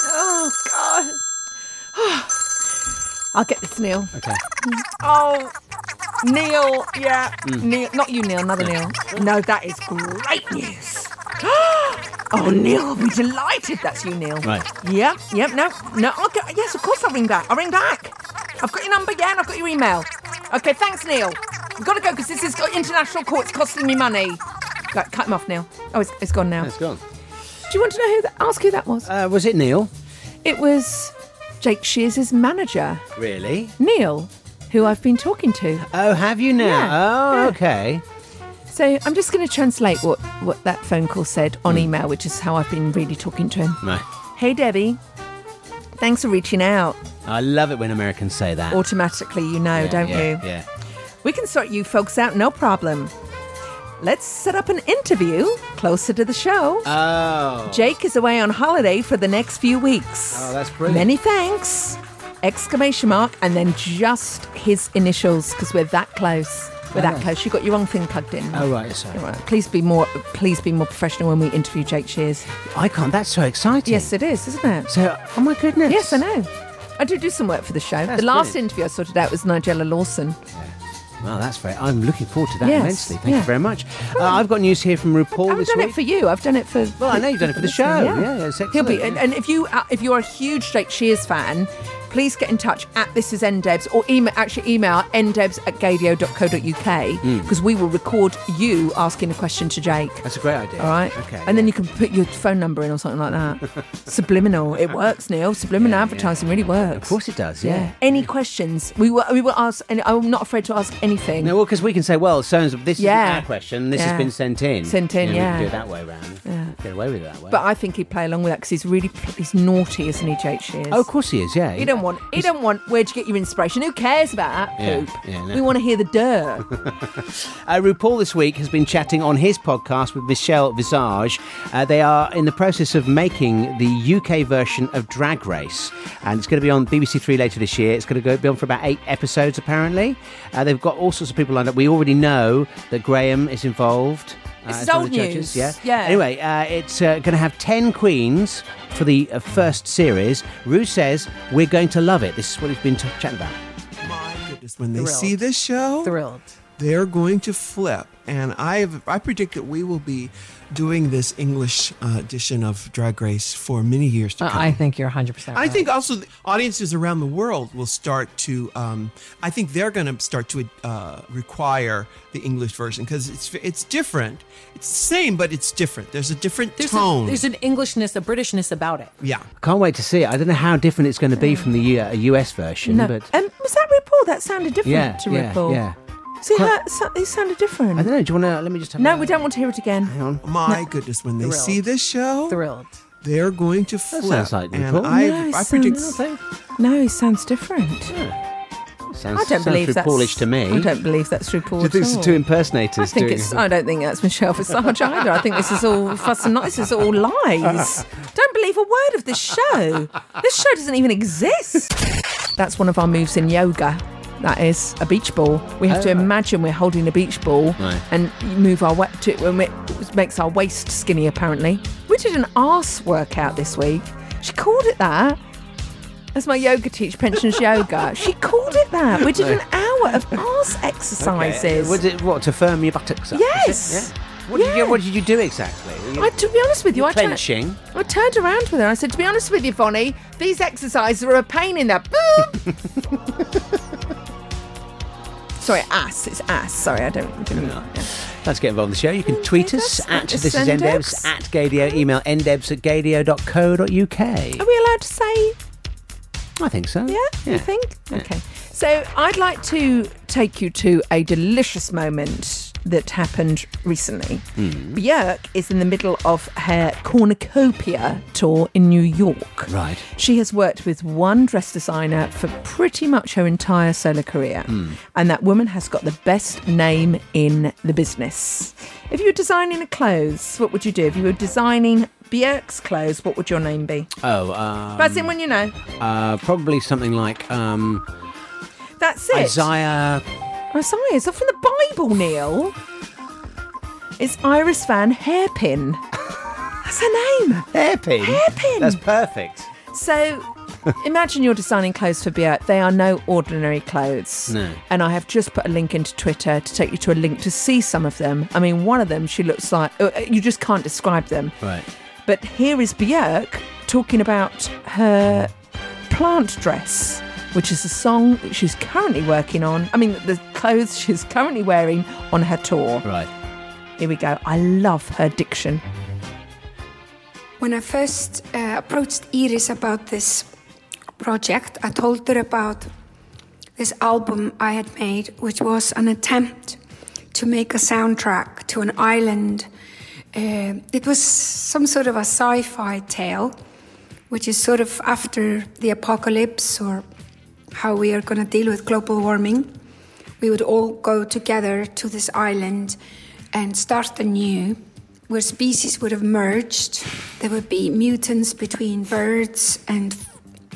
[SPEAKER 4] Oh God. I'll get this, Neil.
[SPEAKER 5] Okay.
[SPEAKER 4] Oh, Neil. Yeah,
[SPEAKER 5] Mm.
[SPEAKER 4] Neil. Not you, Neil. Another Neil. No, that is great news. Oh, Neil will be delighted. That's you, Neil.
[SPEAKER 5] Right.
[SPEAKER 4] Yep. Yep. No. No. I'll get, yes, of course I'll ring back. I'll ring back. I've got your number. Yeah, and I've got your email. Okay. Thanks, Neil. I've got to go because this is international call. It's costing me money. Go, cut him off, Neil. Oh, it's, it's gone now.
[SPEAKER 5] That's gone.
[SPEAKER 4] Do you want to know who that? Ask who that was.
[SPEAKER 5] Uh, was it Neil?
[SPEAKER 4] It was Jake Shears' manager,
[SPEAKER 5] Really?
[SPEAKER 4] Neil, who I've been talking to.
[SPEAKER 5] Oh, have you now?
[SPEAKER 4] Yeah,
[SPEAKER 5] Oh,
[SPEAKER 4] yeah.
[SPEAKER 5] okay.
[SPEAKER 4] So I'm just going to translate what what that phone call said
[SPEAKER 5] Mm.
[SPEAKER 4] on email, which is how I've been really talking to him.
[SPEAKER 5] Right.
[SPEAKER 4] Hey Debbie, thanks for reaching out.
[SPEAKER 5] I love it when Americans say that.
[SPEAKER 4] Automatically, you know,
[SPEAKER 5] Yeah,
[SPEAKER 4] don't
[SPEAKER 5] yeah,
[SPEAKER 4] you?
[SPEAKER 5] Yeah.
[SPEAKER 4] We can sort you folks out, no problem. Let's set up an interview closer to the show.
[SPEAKER 5] Oh.
[SPEAKER 4] Jake is away on holiday for the next few weeks.
[SPEAKER 5] Oh, that's brilliant.
[SPEAKER 4] Many thanks! Exclamation mark, and then just his initials, because we're that close. We're that close. You got your wrong thing plugged in.
[SPEAKER 5] Oh, right, sorry.
[SPEAKER 4] All right. Please be more. Please be more professional when we interview Jake Shears.
[SPEAKER 5] I can't. That's so exciting.
[SPEAKER 4] Yes, it is, isn't it?
[SPEAKER 5] So, oh my goodness.
[SPEAKER 4] Yes, I know. I do do some work for the show.
[SPEAKER 5] That's
[SPEAKER 4] the last
[SPEAKER 5] brilliant.
[SPEAKER 4] interview I sorted out was Nigella Lawson.
[SPEAKER 5] Well, that's very. I'm looking forward to that
[SPEAKER 4] Yes,
[SPEAKER 5] immensely. Thank
[SPEAKER 4] yeah.
[SPEAKER 5] you very much. Uh, I've got news here from
[SPEAKER 4] I
[SPEAKER 5] RuPaul
[SPEAKER 4] haven't
[SPEAKER 5] this
[SPEAKER 4] done
[SPEAKER 5] week.
[SPEAKER 4] it for you. I've done it for.
[SPEAKER 5] Well, I know you've done it for the show. Yeah, it's
[SPEAKER 4] He'll be,
[SPEAKER 5] excellent,
[SPEAKER 4] and,
[SPEAKER 5] yeah.
[SPEAKER 4] and if you uh, if you're a huge Jake Shears fan, please get in touch at this is ndebs or email actually email ndebs at gadio.co.uk because we will record you asking a question to Jake.
[SPEAKER 5] Hmm. That's a great idea.
[SPEAKER 4] All right.
[SPEAKER 5] Okay.
[SPEAKER 4] And then you can put your phone number in or something like that. Subliminal. It works, Neil. Subliminal advertising really works.
[SPEAKER 5] Of course it does. Yeah.
[SPEAKER 4] Any questions? We will. We will ask. And I'm not afraid to ask anything.
[SPEAKER 5] No, well, because we can say, well, so this is
[SPEAKER 4] Yeah.
[SPEAKER 5] our question. This has
[SPEAKER 4] Yeah.
[SPEAKER 5] been sent in.
[SPEAKER 4] Sent in,
[SPEAKER 5] You know,
[SPEAKER 4] yeah.
[SPEAKER 5] We can do it that way round. Get away with it that way.
[SPEAKER 4] But I think he'd play along with that because he's really he's naughty, isn't he, Jake Shears?
[SPEAKER 5] oh, of course he is. Yeah.
[SPEAKER 4] You don't want. You don't want. Where'd you get your inspiration? Who cares about that
[SPEAKER 5] Yeah,
[SPEAKER 4] poop?
[SPEAKER 5] yeah, no.
[SPEAKER 4] We want to hear the dirt.
[SPEAKER 5] Uh, RuPaul this week has been chatting on his podcast with Michelle Visage. Uh, they are in the process of making the UK version of Drag Race, and it's going to be on BBC Three later this year. It's going to go be on for about eight episodes, apparently. Uh, they've got all sorts of people lined up. We already know that Graham is involved. Uh,
[SPEAKER 4] This is
[SPEAKER 5] as one of
[SPEAKER 4] old
[SPEAKER 5] the judges,
[SPEAKER 4] news.
[SPEAKER 5] Yeah.
[SPEAKER 4] Yeah.
[SPEAKER 5] Anyway, uh, it's uh, going to have ten queens for the uh, first series. Rue says we're going to love it. This is what he's been t- chatting about.
[SPEAKER 10] When they
[SPEAKER 4] Thrilled.
[SPEAKER 10] see this show,
[SPEAKER 4] Thrilled.
[SPEAKER 10] they're going to flip. And I have, I predict that we will be doing this English uh, edition of Drag Race for many years to come.
[SPEAKER 11] Uh, I think you're 100%
[SPEAKER 10] I
[SPEAKER 11] right.
[SPEAKER 10] think also the audiences around the world will start to. Um, I think they're going to start to uh, require the English version because it's it's different. It's the same, but it's different. There's a different
[SPEAKER 11] there's,
[SPEAKER 10] tone.
[SPEAKER 11] A, there's an Englishness, a Britishness about it.
[SPEAKER 10] yeah,
[SPEAKER 5] Can't wait to see it. I don't know how different it's going to be from the uh, US version,
[SPEAKER 4] No.
[SPEAKER 5] but
[SPEAKER 4] Um, was that RuPaul? That sounded different
[SPEAKER 5] yeah,
[SPEAKER 4] to
[SPEAKER 5] yeah,
[SPEAKER 4] RuPaul.
[SPEAKER 5] yeah.
[SPEAKER 4] See,
[SPEAKER 5] Quite-
[SPEAKER 4] that, so- it sounded different.
[SPEAKER 5] I don't know. Do you want to? Let me just have.
[SPEAKER 4] No,
[SPEAKER 5] a-
[SPEAKER 4] we don't want to hear it again.
[SPEAKER 5] Hang on.
[SPEAKER 10] my goodness, when they
[SPEAKER 11] Thrilled.
[SPEAKER 10] see this show,
[SPEAKER 11] Thrilled.
[SPEAKER 10] they're going to flip.
[SPEAKER 5] sounds like
[SPEAKER 10] and
[SPEAKER 5] RuPaul.
[SPEAKER 10] I,
[SPEAKER 4] No, it
[SPEAKER 10] I predict.
[SPEAKER 4] sounds- No, it sounds different. I
[SPEAKER 5] Sounds,
[SPEAKER 4] don't
[SPEAKER 5] sounds
[SPEAKER 4] believe that's
[SPEAKER 5] RuPaulish to me.
[SPEAKER 4] I don't believe that's
[SPEAKER 5] Do
[SPEAKER 4] RuPaul.
[SPEAKER 5] you think
[SPEAKER 4] at
[SPEAKER 5] it's
[SPEAKER 4] all.
[SPEAKER 5] two impersonators?
[SPEAKER 4] I think
[SPEAKER 5] doing
[SPEAKER 4] it's.
[SPEAKER 5] it?
[SPEAKER 4] I don't think that's Michelle Visage either. I think this is all fuss and noise. This is all lies. Don't believe a word of this show. This show doesn't even exist. That's one of our moves in yoga. That is a beach ball. We have to imagine we're holding a beach ball
[SPEAKER 5] Oh. Right.
[SPEAKER 4] and move our weight to and it makes our waist skinny. Apparently, we did an arse workout this week. She called it that. As my yoga teacher, pensions yoga, she called it that. We did an hour of arse
[SPEAKER 5] Okay.
[SPEAKER 4] exercises.
[SPEAKER 5] Was it what to firm your buttocks up? is it?
[SPEAKER 4] Yes.
[SPEAKER 5] Yeah? What, Did you,
[SPEAKER 4] Yeah.
[SPEAKER 5] what did you do exactly? You-
[SPEAKER 4] I, to be honest with you, I, tur-
[SPEAKER 5] Clenching.
[SPEAKER 4] I turned around with her and I said, To be honest with you, Bonnie, these exercises are a pain in the boob. Sorry, ass. It's ass. Sorry, I don't. didn't-
[SPEAKER 5] Let's get involved in the show. You can tweet us
[SPEAKER 4] that's-
[SPEAKER 5] at
[SPEAKER 4] that's
[SPEAKER 5] this is
[SPEAKER 4] Zendex.
[SPEAKER 5] ndebs at gadio. Email ndebs at
[SPEAKER 4] Are
[SPEAKER 5] gadio.co.uk.
[SPEAKER 4] we allowed to say
[SPEAKER 5] I think so.
[SPEAKER 4] Oh, yeah, You think? Okay. So I'd like to take you to a delicious moment that happened recently. Björk is in the middle of her cornucopia tour in New York.
[SPEAKER 5] Right.
[SPEAKER 4] She has worked with one dress designer for pretty much her entire solo career. And that woman has got the best name in the business. If you were designing a clothes, what would you do? If you were designing Björk's clothes, what would your name be?
[SPEAKER 5] Oh, uh,
[SPEAKER 4] That's in when you know.
[SPEAKER 5] uh, probably something like um,
[SPEAKER 4] That's it.
[SPEAKER 5] Isaiah.
[SPEAKER 4] Messiah. It's from the Bible, Neil. It's Iris Van Hairpin. That's her name.
[SPEAKER 5] Hairpin.
[SPEAKER 4] Hairpin.
[SPEAKER 5] That's perfect.
[SPEAKER 4] So imagine you're designing clothes for Björk. They are no ordinary clothes.
[SPEAKER 5] No.
[SPEAKER 4] And I have just put a link into Twitter to take you to a link to see some of them. I mean, one of them, she looks like, uh, you just can't describe them.
[SPEAKER 5] Right.
[SPEAKER 4] But here is Björk talking about her plant dress, which is a song that she's currently working on. I mean, the clothes she's currently wearing on her tour.
[SPEAKER 5] Right.
[SPEAKER 4] Here we go. I love her diction.
[SPEAKER 2] When I first uh, approached Iris about this project, I told her about this album I had made, which was an attempt to make a soundtrack to an island. Uh, it was some sort of a sci fi tale, which is sort of after the apocalypse or how we are going to deal with global warming. We would all go together to this island and start anew, where species would have merged. There would be mutants between birds and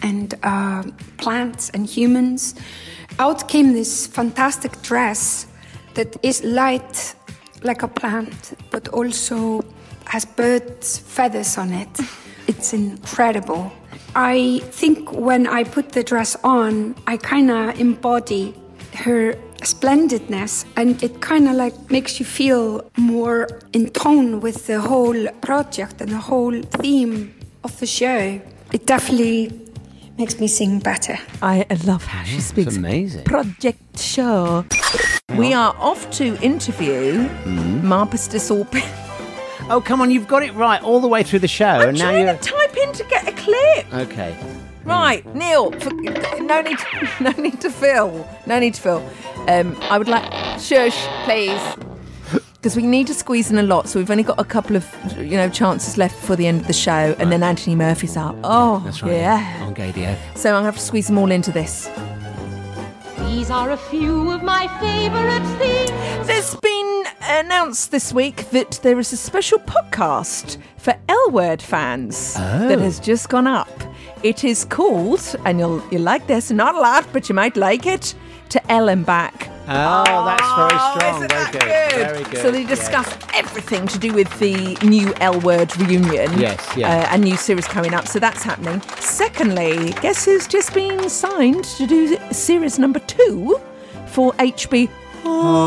[SPEAKER 2] and uh, plants and humans. Out came this fantastic dress that is light like a plant, but also has birds' feathers on it. It's incredible. I think when I put the dress on, I kind of embody her splendidness and it kind of like makes you feel more in tone with the whole project and the whole theme of the show. It definitely Makes me sing better.
[SPEAKER 4] I love how she speaks.
[SPEAKER 5] amazing.
[SPEAKER 4] Project Show. We are off to interview
[SPEAKER 5] Mm-hmm.
[SPEAKER 4] Marpus de Sorpin.
[SPEAKER 5] Oh, come on, you've got it right all the way through the show,
[SPEAKER 4] I'm
[SPEAKER 5] and Oh, now
[SPEAKER 4] trying
[SPEAKER 5] you're.
[SPEAKER 4] to type in to get a clip.
[SPEAKER 5] Okay.
[SPEAKER 4] Right, Neil. For, no need, no need to fill. No need to fill. Um, I would like shush, please, because we need to squeeze in a lot. So we've only got a couple of you know chances left before the end of the show, and then Anthony Murphy's up. Oh,
[SPEAKER 5] That's right.
[SPEAKER 4] yeah.
[SPEAKER 5] On Gadio.
[SPEAKER 4] So I'm gonna have to squeeze them all into this.
[SPEAKER 12] These are a few of my favorite things.
[SPEAKER 4] There's been announced this week that there is a special podcast for L Word fans
[SPEAKER 12] Oh.
[SPEAKER 4] that has just gone up. It is called, and you'll you will like this, not a lot, but you might like it, to L and Back.
[SPEAKER 5] Oh, that's very strong.
[SPEAKER 4] isn't
[SPEAKER 5] very
[SPEAKER 4] that
[SPEAKER 5] good. Oh, Very good.
[SPEAKER 4] So they
[SPEAKER 5] Yeah.
[SPEAKER 4] discuss everything to do with the new L Word reunion.
[SPEAKER 5] Yes, yeah.
[SPEAKER 4] Uh, and new series coming up. So that's happening. Secondly, guess who's just been signed to do series number two for HB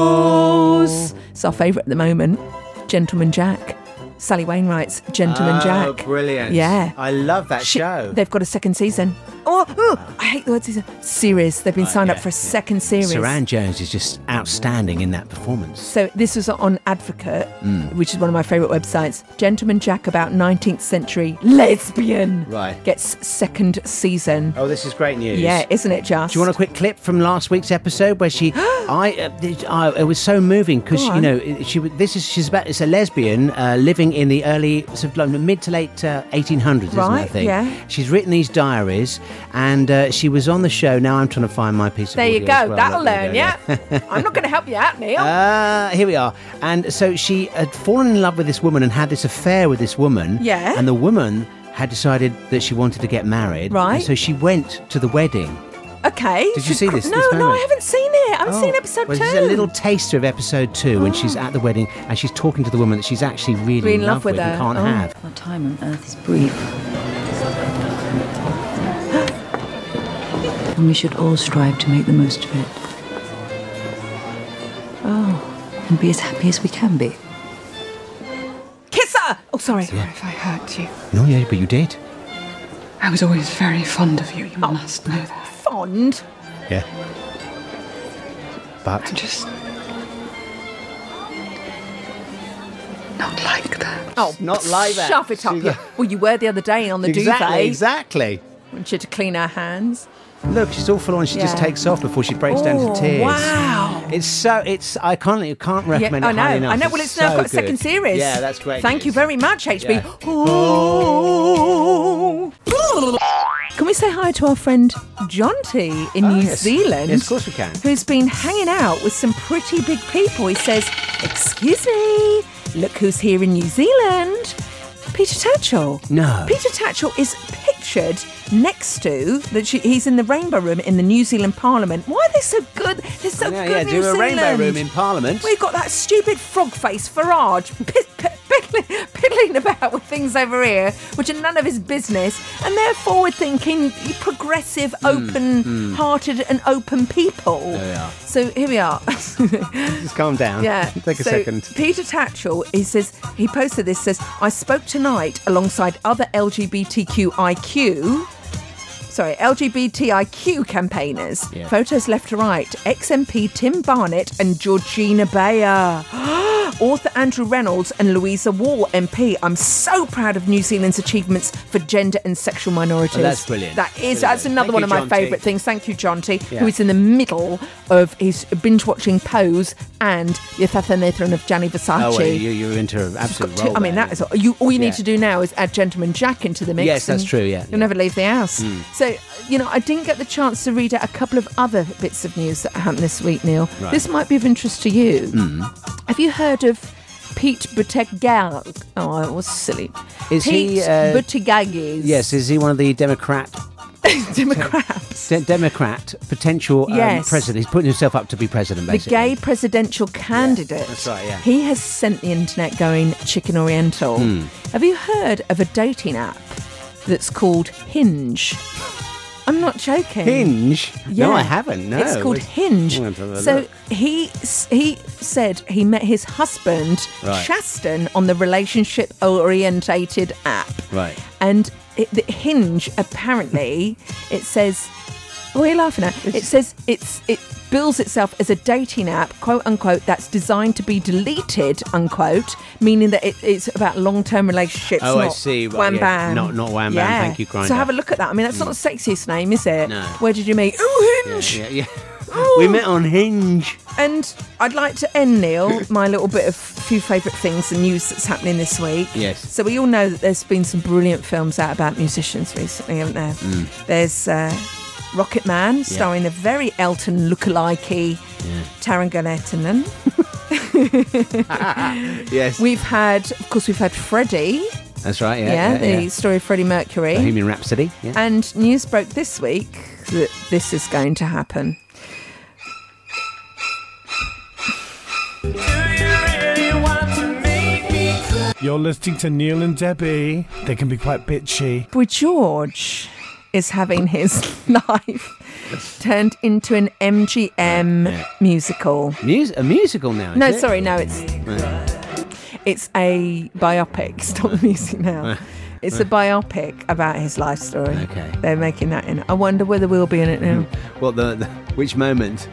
[SPEAKER 4] Hawes? It's our favourite at the moment, Gentleman Jack. Sally Wainwright's Gentleman
[SPEAKER 5] oh,
[SPEAKER 4] Jack.
[SPEAKER 5] brilliant.
[SPEAKER 4] Yeah.
[SPEAKER 5] I love that
[SPEAKER 4] She-
[SPEAKER 5] show.
[SPEAKER 4] They've got a second season. Oh, oh, I hate the word season. Series. They've been signed up for a second series.
[SPEAKER 5] Saran Jones is just outstanding in that performance.
[SPEAKER 4] So this was on Advocate,
[SPEAKER 5] Mm.
[SPEAKER 4] which is one of my favourite websites. Gentleman Jack about 19th century lesbian
[SPEAKER 5] Right.
[SPEAKER 4] gets second season.
[SPEAKER 5] Oh, this is great news.
[SPEAKER 4] Yeah, isn't it just?
[SPEAKER 5] Do you want a quick clip from last week's episode where she, I, uh, th- I, it was so moving because
[SPEAKER 4] Go
[SPEAKER 5] you
[SPEAKER 4] on.
[SPEAKER 5] know it- she was- this is she's about it's a lesbian uh, living in the early sort of like, mid to late uh, 1800s, isn't it, I
[SPEAKER 4] Right,
[SPEAKER 5] think?
[SPEAKER 4] yeah.
[SPEAKER 5] She's written these diaries, and uh, she was on the show. Now I'm trying to find my piece. of
[SPEAKER 4] There you
[SPEAKER 5] audio as
[SPEAKER 4] go.
[SPEAKER 5] well.
[SPEAKER 4] That'll
[SPEAKER 5] Let me
[SPEAKER 4] learn
[SPEAKER 5] go
[SPEAKER 4] yeah.
[SPEAKER 5] there.
[SPEAKER 4] I'm not going to help you out, Neil.
[SPEAKER 5] Ah, here we are. And so she had fallen in love with this woman and had this affair with this woman.
[SPEAKER 4] Yeah.
[SPEAKER 5] And the woman had decided that she wanted to get married.
[SPEAKER 4] Right.
[SPEAKER 5] And so she went to the wedding.
[SPEAKER 4] okay.
[SPEAKER 5] Did you
[SPEAKER 4] She's
[SPEAKER 5] see
[SPEAKER 4] cr-
[SPEAKER 5] this-
[SPEAKER 4] No,
[SPEAKER 5] this
[SPEAKER 4] no, I
[SPEAKER 5] moment?
[SPEAKER 4] haven't seen it. I haven't
[SPEAKER 5] Oh,
[SPEAKER 4] seen episode
[SPEAKER 5] well,
[SPEAKER 4] two. Oh.
[SPEAKER 5] This is a little taster of episode two when she's at the wedding and she's talking to the woman that she's actually really
[SPEAKER 4] Really in love with
[SPEAKER 5] and
[SPEAKER 4] her.
[SPEAKER 5] can't
[SPEAKER 4] Oh.
[SPEAKER 5] have.
[SPEAKER 7] Our time on Earth is brief. and we should all strive to make the most of it. Oh, and be as happy as we can be.
[SPEAKER 4] Kiss her. Oh, sorry.
[SPEAKER 5] Sorry
[SPEAKER 4] if I hurt you.
[SPEAKER 5] No, yeah, but you did.
[SPEAKER 4] I was always very fond of you. You must know that. Fond?
[SPEAKER 5] Yeah. But I
[SPEAKER 4] just not like that. Oh,
[SPEAKER 5] Not like that.
[SPEAKER 4] Shove it up.
[SPEAKER 5] She's
[SPEAKER 4] you.
[SPEAKER 5] a-
[SPEAKER 4] Well, you were the other day on the
[SPEAKER 5] exactly,
[SPEAKER 4] duvet.
[SPEAKER 5] exactly.
[SPEAKER 4] When she had to clean her hands.
[SPEAKER 5] Look, she's all full on. She just
[SPEAKER 4] Yeah.
[SPEAKER 5] takes off before she breaks down
[SPEAKER 4] Oh,
[SPEAKER 5] into tears.
[SPEAKER 4] wow.
[SPEAKER 5] It's so it's I can't you can't
[SPEAKER 4] Yeah,
[SPEAKER 5] recommend
[SPEAKER 4] I
[SPEAKER 5] it
[SPEAKER 4] know.
[SPEAKER 5] highly enough.
[SPEAKER 4] I know. Well, it's, now
[SPEAKER 5] so
[SPEAKER 4] got a
[SPEAKER 5] good.
[SPEAKER 4] second series.
[SPEAKER 5] Yeah, that's great.
[SPEAKER 4] Thank you very much, HB.
[SPEAKER 5] Yeah.
[SPEAKER 4] Oh. Can we say hi to our friend Jonty in New
[SPEAKER 5] Oh, yes.
[SPEAKER 4] Zealand?
[SPEAKER 5] Yes, of course we can.
[SPEAKER 4] Who's been hanging out with some pretty big people. He says, Excuse me, look who's here in New Zealand. Peter Tatchell.
[SPEAKER 5] No.
[SPEAKER 4] Peter Tatchell is pictured next to that she- he's in the rainbow room in the New Zealand Parliament. Why are they so good? They're so
[SPEAKER 5] Yeah,
[SPEAKER 4] good.
[SPEAKER 5] yeah,
[SPEAKER 4] New
[SPEAKER 5] do a rainbow
[SPEAKER 4] Zealand.
[SPEAKER 5] room in Parliament.
[SPEAKER 4] We've got that stupid frog face Farage pis- p- piddling, piddling about with things over here, which are none of his business, and they're forward thinking, progressive,
[SPEAKER 5] Hmm,
[SPEAKER 4] open hearted, and open people.
[SPEAKER 5] There we are.
[SPEAKER 4] So here we are.
[SPEAKER 5] Just calm down.
[SPEAKER 4] Yeah.
[SPEAKER 5] Take a
[SPEAKER 4] so
[SPEAKER 5] second.
[SPEAKER 4] Peter Tatchell, he says he posted this says I spoke tonight alongside other LGBTQIQ sorry, LGBTIQ campaigners.
[SPEAKER 12] Yeah.
[SPEAKER 4] Photos left to right. XMP Tim Barnett and Georgina Bayer. Author Andrew Reynolds and Louisa Wall MP. I'm so proud of New Zealand's achievements for gender and sexual minorities.
[SPEAKER 5] Well, that's brilliant.
[SPEAKER 4] That is that's
[SPEAKER 5] Brilliant.
[SPEAKER 4] another
[SPEAKER 5] Thank
[SPEAKER 4] one
[SPEAKER 5] you,
[SPEAKER 4] of my
[SPEAKER 5] Jonty.
[SPEAKER 4] favourite things. Thank you, Jonty,
[SPEAKER 5] Yeah.
[SPEAKER 4] who is in the middle of his binge watching Pose and The Assassination of Gianni Versace.
[SPEAKER 5] Oh, well, you, you're into an absolute
[SPEAKER 4] Two-
[SPEAKER 5] roll.
[SPEAKER 4] I mean,
[SPEAKER 5] there.
[SPEAKER 4] that is you. All you need
[SPEAKER 5] Yeah.
[SPEAKER 4] to do now is add Gentleman Jack into the mix.
[SPEAKER 5] Yes, that's
[SPEAKER 4] and
[SPEAKER 5] true, yeah,
[SPEAKER 4] you'll never leave the house.
[SPEAKER 5] Mm.
[SPEAKER 4] So, you know, I didn't get the chance to read out a couple of other bits of news that happened this week, Neil.
[SPEAKER 12] Right.
[SPEAKER 4] This might be of interest to you.
[SPEAKER 5] Mm.
[SPEAKER 4] Have you heard of Pete Buttigieg? Oh, it was silly.
[SPEAKER 5] Is
[SPEAKER 4] Pete
[SPEAKER 5] he, uh,
[SPEAKER 4] Buttigieg?
[SPEAKER 5] Yes, is he one of the Democrat?
[SPEAKER 4] Democrats.
[SPEAKER 5] De- Democrat potential um,
[SPEAKER 4] Yes.
[SPEAKER 5] president. He's putting himself up to be president,
[SPEAKER 4] the
[SPEAKER 5] basically.
[SPEAKER 4] gay presidential candidate.
[SPEAKER 5] that's right, yeah.
[SPEAKER 4] He has sent the internet going chicken oriental.
[SPEAKER 5] Hmm.
[SPEAKER 4] Have you heard of a dating app that's called Hinge? I'm not joking.
[SPEAKER 5] Hinge? No, I haven't. No.
[SPEAKER 4] It's called
[SPEAKER 5] It's-
[SPEAKER 4] Hinge.
[SPEAKER 5] I'm gonna have a
[SPEAKER 4] So
[SPEAKER 5] look.
[SPEAKER 4] he s- he said he met his husband
[SPEAKER 5] Right.
[SPEAKER 4] Shaston on the relationship orientated app.
[SPEAKER 5] Right.
[SPEAKER 4] And it, the hinge apparently it says what are you laughing at it says it's it bills itself as a dating app quote unquote that's designed to be deleted unquote meaning that it, it's about long-term relationships
[SPEAKER 5] Oh, I
[SPEAKER 4] not
[SPEAKER 5] see. Well,
[SPEAKER 4] wham
[SPEAKER 5] yeah,
[SPEAKER 4] bam
[SPEAKER 5] not- not wham bam. Thank you, Grindr.
[SPEAKER 4] so have a look at that I mean that's not the sexiest name is it
[SPEAKER 5] No.
[SPEAKER 4] where did you meet oh hinge Oh.
[SPEAKER 5] Yeah, yeah. we met on Hinge.
[SPEAKER 4] and I'd like to end, Neil, my little bit of few favourite things and news that's happening this week.
[SPEAKER 5] Yes.
[SPEAKER 4] So we all know that there's been some brilliant films out about musicians recently, haven't there?
[SPEAKER 5] Mm.
[SPEAKER 4] There's uh, Rocket Man,
[SPEAKER 5] Yeah.
[SPEAKER 4] starring the very Elton lookalike Taron Egerton.
[SPEAKER 5] Yes.
[SPEAKER 4] We've had, of course, we've had Freddie.
[SPEAKER 5] That's right, yeah.
[SPEAKER 4] yeah,
[SPEAKER 5] yeah,
[SPEAKER 4] the
[SPEAKER 5] yeah.
[SPEAKER 4] story of Freddie Mercury.
[SPEAKER 5] Bohemian Rhapsody. Yeah.
[SPEAKER 4] And news broke this week that this is going to happen.
[SPEAKER 13] You're listening to Neil and Debbie. They can be quite bitchy.
[SPEAKER 4] Boy George is having his life turned into an MGM musical.
[SPEAKER 5] Mus- a musical now. is
[SPEAKER 4] No,
[SPEAKER 5] it?
[SPEAKER 4] sorry, no, it's
[SPEAKER 5] Right.
[SPEAKER 4] it's a biopic. Stop the music now. It's a biopic about his life story.
[SPEAKER 5] Okay.
[SPEAKER 4] They're making that in. I wonder whether we'll be in it now.
[SPEAKER 5] What the, the which moment?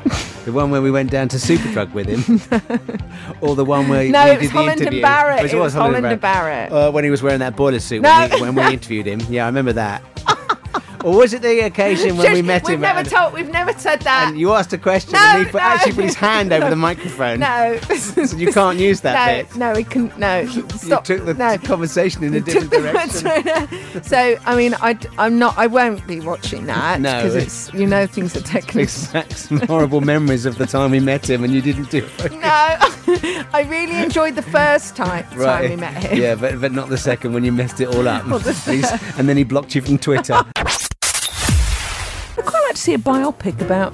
[SPEAKER 5] the one where we went down to Superdrug with him, or the one where
[SPEAKER 4] No,
[SPEAKER 5] we
[SPEAKER 4] it
[SPEAKER 5] did
[SPEAKER 4] was
[SPEAKER 5] the
[SPEAKER 4] Holland and
[SPEAKER 5] interview?
[SPEAKER 4] Barrett.
[SPEAKER 5] Which
[SPEAKER 4] It was Holland and
[SPEAKER 5] Uh, when he was wearing that boiler suit
[SPEAKER 4] No.
[SPEAKER 5] when, we, when we interviewed him. Yeah, I remember that. or was it the occasion when we
[SPEAKER 4] Just-
[SPEAKER 5] met
[SPEAKER 4] we've
[SPEAKER 5] him?
[SPEAKER 4] Never
[SPEAKER 5] and-
[SPEAKER 4] told, we've never said that.
[SPEAKER 5] and you asked a question, and he put, actually put his hand over the microphone.
[SPEAKER 4] No,
[SPEAKER 5] So you can't use that
[SPEAKER 4] no,
[SPEAKER 5] bit.
[SPEAKER 4] no, we couldn't. No, stop.
[SPEAKER 5] You took the conversation in a different direction.
[SPEAKER 4] so I mean, I, am not. I won't be watching that
[SPEAKER 5] No,
[SPEAKER 4] because it's you know things are technical.
[SPEAKER 5] Exact some horrible memories of the time we met him, and you didn't do it.
[SPEAKER 4] No, I really enjoyed the first time, time we met him.
[SPEAKER 5] Yeah, but, but not the second when you messed it all up.
[SPEAKER 4] Well, the-
[SPEAKER 5] And he's- and then he blocked you from Twitter.
[SPEAKER 4] I quite like to see a biopic about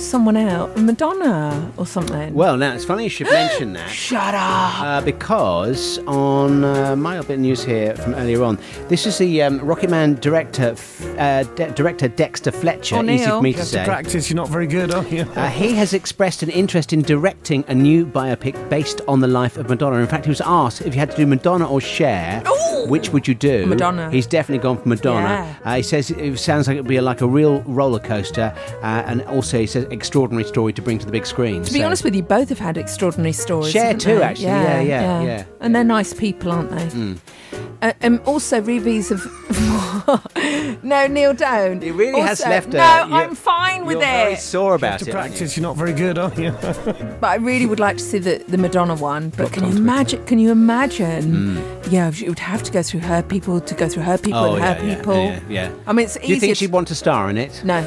[SPEAKER 4] someone out, Madonna or something.
[SPEAKER 5] well, now it's funny you should mention that.
[SPEAKER 4] Shut up.
[SPEAKER 5] Uh, because on uh, my little bit of news here from earlier on, this is the um, Rocket Man director, F- uh, De- director Dexter Fletcher.
[SPEAKER 13] Oh,
[SPEAKER 5] easy for me
[SPEAKER 13] you
[SPEAKER 5] to
[SPEAKER 13] have
[SPEAKER 5] say.
[SPEAKER 13] to practice. You're not very good, are you?
[SPEAKER 5] Uh, he has expressed an interest in directing a new biopic based on the life of Madonna. In fact, he was asked if you had to do Madonna or Cher, which would you do?
[SPEAKER 4] Madonna.
[SPEAKER 5] He's definitely gone for Madonna. Uh, he says it sounds like it'd be like a real roller coaster, uh, and also he says extraordinary story to bring to the big screen.
[SPEAKER 4] To be
[SPEAKER 5] So-
[SPEAKER 4] honest with you, both have had extraordinary stories.
[SPEAKER 5] Cher
[SPEAKER 4] haven't
[SPEAKER 5] too,
[SPEAKER 4] they?
[SPEAKER 5] actually. Yeah, yeah, yeah.
[SPEAKER 4] And they're nice people, aren't they?
[SPEAKER 5] Mm.
[SPEAKER 4] Uh, um, also, Ruby's of. no, Neil, don't. He
[SPEAKER 5] really has left
[SPEAKER 4] No,
[SPEAKER 5] her. You're-
[SPEAKER 4] I'm fine with
[SPEAKER 5] you're very
[SPEAKER 4] it.
[SPEAKER 5] sore about
[SPEAKER 13] to
[SPEAKER 5] it. aren't you?
[SPEAKER 13] practice. You're not very good, are you?
[SPEAKER 4] But I really would like to see the, the Madonna one. But
[SPEAKER 13] Blocked
[SPEAKER 4] can
[SPEAKER 13] on
[SPEAKER 4] you
[SPEAKER 13] Twitter.
[SPEAKER 4] imagine? Can you imagine? Yeah, you would have to go through her people to go through her people
[SPEAKER 5] Hmm. Oh,
[SPEAKER 4] and
[SPEAKER 5] yeah,
[SPEAKER 4] her
[SPEAKER 5] yeah,
[SPEAKER 4] people.
[SPEAKER 5] yeah, yeah.
[SPEAKER 4] I mean, it's
[SPEAKER 5] Do you
[SPEAKER 4] easier
[SPEAKER 5] think
[SPEAKER 4] to-
[SPEAKER 5] she'd want to star in it?
[SPEAKER 4] No.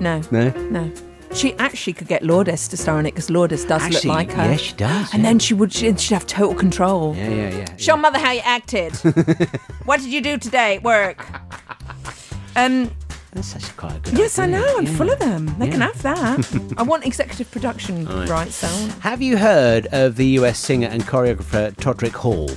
[SPEAKER 4] No.
[SPEAKER 5] No.
[SPEAKER 4] No. She actually could get Lourdes to star in it because Lourdes does look
[SPEAKER 5] Actually,
[SPEAKER 4] like her.
[SPEAKER 5] yeah, she does,
[SPEAKER 4] And then she would she'd, she'd have total control.
[SPEAKER 5] Yeah, yeah, yeah.
[SPEAKER 4] Show mother how you acted. what did you do today at work? Um,
[SPEAKER 5] That's actually quite a good
[SPEAKER 4] yes, I
[SPEAKER 5] idea.
[SPEAKER 4] know. I'm full of them. They can
[SPEAKER 5] Yeah.
[SPEAKER 4] have that. I want executive production
[SPEAKER 5] All right.
[SPEAKER 4] rights. So
[SPEAKER 5] Have you heard of the US singer and choreographer Todrick Hall?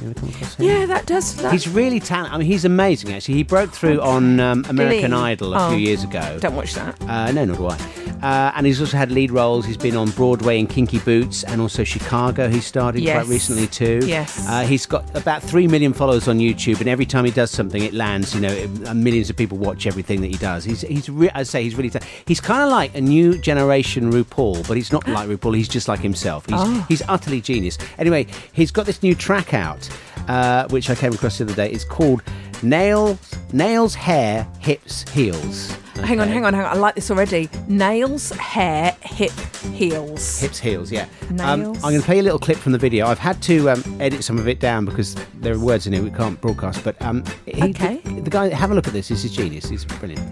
[SPEAKER 5] You ever come across him?
[SPEAKER 4] yeah, that does. That,
[SPEAKER 5] He's really talented. I mean, he's amazing, actually. He broke through on um, American
[SPEAKER 4] Glee.
[SPEAKER 5] Idol a
[SPEAKER 4] Oh.
[SPEAKER 5] few years ago.
[SPEAKER 4] Don't watch that.
[SPEAKER 5] Uh, no, nor do I. Uh, and he's also had lead roles. He's been on Broadway in Kinky Boots and also Chicago. He started
[SPEAKER 4] Yes.
[SPEAKER 5] quite recently too.
[SPEAKER 4] Yes.
[SPEAKER 5] Uh, he's got about three million followers on YouTube, and every time he does something, it lands. You know, it, and millions of people watch everything that he does. He's he's re- I say he's really ta- he's kind of like a new generation RuPaul, but he's not like RuPaul. He's just like himself. He's
[SPEAKER 4] Oh.
[SPEAKER 14] Ah.
[SPEAKER 5] he's utterly genius. Anyway, he's got this new track out, uh, which I came across the other day. It's called Nail Nails Hair Hips Heels.
[SPEAKER 4] Hang on,
[SPEAKER 5] Okay.
[SPEAKER 4] hang on, hang on. I like this already. Nails, hair, hip, heels.
[SPEAKER 5] Hips, heels, yeah. Um,
[SPEAKER 4] Nails.
[SPEAKER 5] I'm going to play a little clip from the video. I've had to um, edit some of it down because there are words in it we can't broadcast. But um, he,
[SPEAKER 4] Okay.
[SPEAKER 5] the, the guy, have a look at this. This is genius. It's brilliant.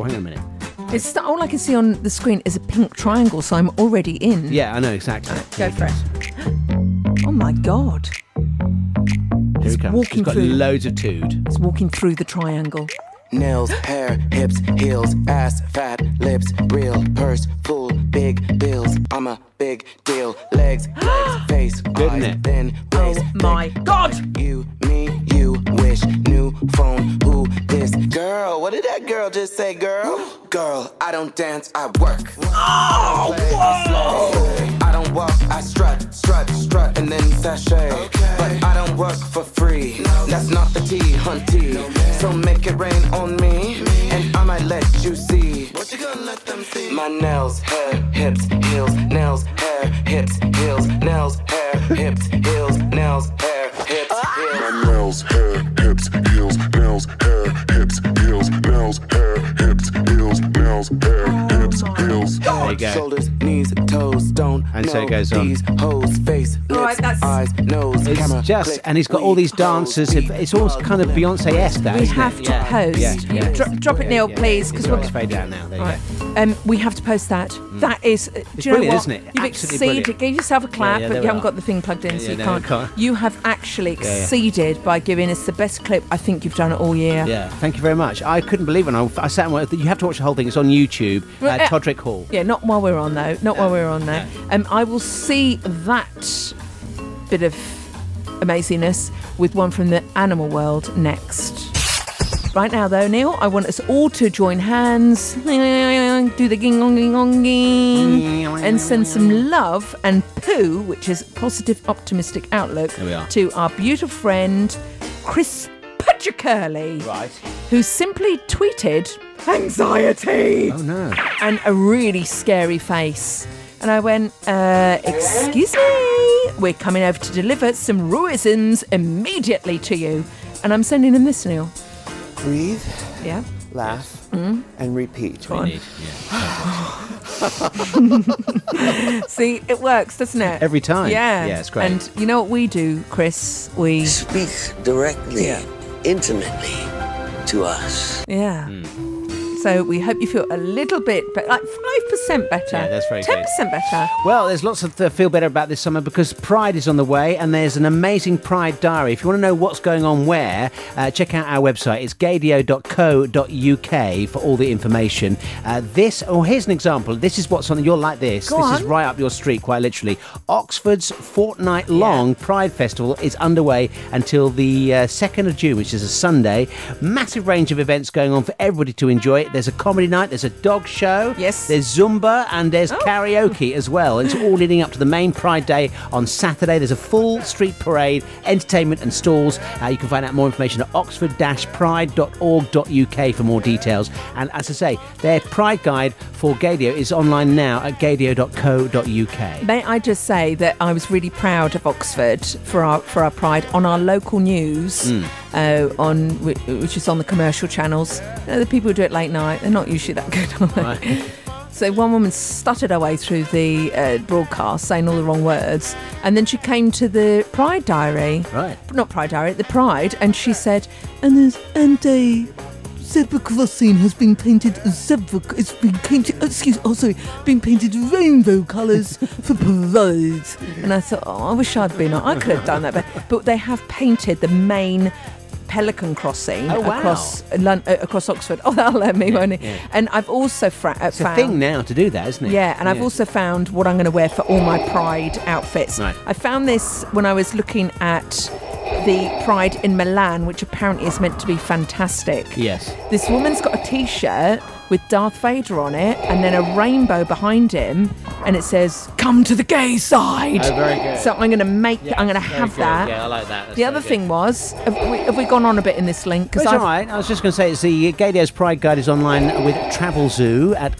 [SPEAKER 5] Oh, hang on a minute.
[SPEAKER 4] It's all I can see on the screen is a pink triangle, so I'm already in.
[SPEAKER 5] Yeah, I know exactly.
[SPEAKER 4] Go for it. Oh my god.
[SPEAKER 5] Here he comes.
[SPEAKER 4] walking
[SPEAKER 5] He's got
[SPEAKER 4] through.
[SPEAKER 5] loads of tood.
[SPEAKER 4] It's walking through the triangle.
[SPEAKER 15] Nails, hair, hips, heels, ass, fat, lips, real, purse, full, big bills. I'm a big deal. Legs, legs, face, eyes,
[SPEAKER 5] it?
[SPEAKER 15] thin waist. Oh my god! You, me, you wish. New phone, who this? Girl, what did that girl just say, girl? girl, I don't dance, I work. Oh, whoa! I don't walk, I strut, strut, strut, and and then sachet. But I don't work for free. That's not the tea, hunty. So make it rain on me, and I might let you see. What you gonna let them see? My nails, hair, hips, heels, nails, hair, hips, heels, nails, hair, hips, heels, nails, hair, hips, heels.
[SPEAKER 14] My nails, hair, hips, heels, nails, hair, hips, heels, nails, hair, hips, heels, nails, hair, hips, heels.
[SPEAKER 5] There you go.
[SPEAKER 15] Shoulders, knees, toes, don't
[SPEAKER 5] And so
[SPEAKER 15] know
[SPEAKER 5] it goes on.
[SPEAKER 15] These hoes, face, lips,
[SPEAKER 4] Right, that's-
[SPEAKER 15] eyes, nose, camera,
[SPEAKER 5] It's just,
[SPEAKER 15] click,
[SPEAKER 5] and he's got all these dancers. It's all kind of Beyonce esque, that.
[SPEAKER 4] We
[SPEAKER 5] isn't it?
[SPEAKER 4] have to
[SPEAKER 5] Yeah,
[SPEAKER 4] post.
[SPEAKER 5] Yeah,
[SPEAKER 4] You
[SPEAKER 5] yeah.
[SPEAKER 4] Dro- drop it, Neil, please, because
[SPEAKER 5] It's
[SPEAKER 4] we're
[SPEAKER 5] all faded out now. There you
[SPEAKER 4] Right.
[SPEAKER 5] go. Mm.
[SPEAKER 4] Um, we have to post that. That is, uh, do
[SPEAKER 5] It's
[SPEAKER 4] you know
[SPEAKER 5] brilliant,
[SPEAKER 4] what?
[SPEAKER 5] isn't it?
[SPEAKER 4] You've
[SPEAKER 5] Absolutely
[SPEAKER 4] exceeded.
[SPEAKER 5] brilliant.
[SPEAKER 4] Give yourself a
[SPEAKER 5] Yeah,
[SPEAKER 4] clap,
[SPEAKER 5] yeah,
[SPEAKER 4] but
[SPEAKER 5] there
[SPEAKER 4] you
[SPEAKER 5] we
[SPEAKER 4] haven't
[SPEAKER 5] are.
[SPEAKER 4] got the thing plugged in,
[SPEAKER 5] Yeah,
[SPEAKER 4] so
[SPEAKER 5] yeah,
[SPEAKER 4] you
[SPEAKER 5] no,
[SPEAKER 4] can't.
[SPEAKER 5] I can't.
[SPEAKER 4] You have actually
[SPEAKER 5] Yeah, yeah.
[SPEAKER 4] exceeded by giving us the best clip I think you've done all year.
[SPEAKER 5] Yeah, thank you very much. I couldn't believe it. I, I sat and watched, you have to watch the whole thing. It's on YouTube.
[SPEAKER 4] Well,
[SPEAKER 5] uh,
[SPEAKER 4] uh,
[SPEAKER 5] Todrick Hall.
[SPEAKER 4] Yeah, not while we're on though. Not while we're on though. Um, I will see that bit of amazingness with one from the animal world next. Right now though, Neil, I want us all to join hands, do the ging ong ging ong ging, and send some love and poo, which is positive, optimistic outlook,
[SPEAKER 5] There we are.
[SPEAKER 4] to our beautiful friend Chris Pudgercurly, right? Who simply tweeted anxiety
[SPEAKER 5] Oh no.
[SPEAKER 4] and a really scary face. And I went, uh, excuse me, we're coming over to deliver some ruisms immediately to you. And I'm sending them this, Neil.
[SPEAKER 16] Breathe,
[SPEAKER 4] Yeah.
[SPEAKER 16] laugh,
[SPEAKER 4] Mm.
[SPEAKER 16] and repeat.
[SPEAKER 4] Go on. See, it works, doesn't it?
[SPEAKER 5] Every time.
[SPEAKER 4] Yeah.
[SPEAKER 5] Yeah, it's great.
[SPEAKER 4] And you know what we do, Chris? We
[SPEAKER 17] speak directly, intimately to us.
[SPEAKER 4] Yeah.
[SPEAKER 5] Hmm.
[SPEAKER 4] So we hope you feel a little bit, but like five percent better.
[SPEAKER 5] Yeah, that's very good.
[SPEAKER 4] Ten percent better.
[SPEAKER 5] Well, there's lots of to feel better about this summer because Pride is on the way, and there's an amazing Pride diary. If you want to know what's going on where, uh, check out our website. It's gaydio.co.uk for all the information. Uh, this, oh, here's an example. This is what's on. You'll like this.
[SPEAKER 4] Go
[SPEAKER 5] this is
[SPEAKER 4] on.
[SPEAKER 5] right up your street, quite literally. Oxford's fortnight-long Pride Festival is underway until the uh, second of June, which is a Sunday. Massive range of events going on for everybody to enjoy. There's a comedy night. There's a dog show. Yes. There's Zumba and
[SPEAKER 4] Oh.
[SPEAKER 5] there's karaoke as well. It's all leading up to the main Pride Day on Saturday. There's a full street parade, entertainment and stalls. Uh, you can find out more information at oxford-pride.org.uk for more details. And as I say, their Pride Guide for Gadio is online now at gadio.co.uk.
[SPEAKER 4] May I just say that I was really proud of Oxford for our for our pride on our local news,
[SPEAKER 5] Mm.
[SPEAKER 4] uh, on whi- which is on the commercial channels. You know, the people who do it late night, they're not usually that good. Are they? So one woman stuttered her way through the uh, broadcast, saying all the wrong words, and then she came to the Pride Diary,
[SPEAKER 5] right?
[SPEAKER 4] Not Pride Diary, the Pride, and she said, "And there's Andy." Zebuk Vaccine has been painted Zebuk. It's been painted. Excuse. Oh, sorry. Been painted rainbow colours for parade. And I thought, oh, I wish I'd been. on- I could have done that, but but they have painted the main pelican crossing
[SPEAKER 5] Oh, wow.
[SPEAKER 4] across Lon- uh, across Oxford. Oh, that'll let me, won't it?
[SPEAKER 5] yeah.
[SPEAKER 4] And I've also fra- uh,
[SPEAKER 5] It's a
[SPEAKER 4] found
[SPEAKER 5] thing now to do that, isn't it?
[SPEAKER 4] yeah, and I've also found what I'm going to wear for all my Pride outfits.
[SPEAKER 5] Right.
[SPEAKER 4] I found this when I was looking at the Pride in Milan, which apparently is meant to be fantastic.
[SPEAKER 5] Yes.
[SPEAKER 4] This woman's got a t shirt with Darth Vader on it and then a rainbow behind him, and it says, Come to the gay side.
[SPEAKER 5] Oh, very good.
[SPEAKER 4] So I'm going to make, I'm going to have that.
[SPEAKER 5] like that.
[SPEAKER 4] the other thing was, have we, have we gone on a bit in this link?
[SPEAKER 5] It's
[SPEAKER 4] I've-
[SPEAKER 5] all right. I was just going to say it's the Gadio's Pride Guide is online with Travel Zoo at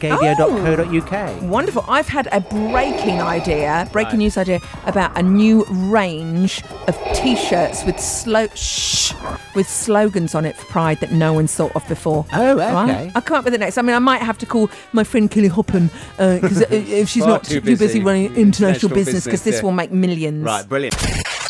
[SPEAKER 5] gadio.co.uk.
[SPEAKER 4] Wonderful. I've had a breaking idea, breaking news idea about a new range of t-shirts with slo- shh, with slogans on it for Pride that no one's thought of before.
[SPEAKER 5] Oh, okay.
[SPEAKER 4] Right? I'll come up with it next. I mean, I might have to call my friend Kelly Hoppen uh, because if she's
[SPEAKER 5] Far
[SPEAKER 4] not
[SPEAKER 5] too
[SPEAKER 4] too busy,
[SPEAKER 5] busy.
[SPEAKER 4] running
[SPEAKER 5] International
[SPEAKER 4] international business, because
[SPEAKER 5] business,
[SPEAKER 4] this
[SPEAKER 5] yeah.
[SPEAKER 4] will make millions.
[SPEAKER 5] Right, brilliant.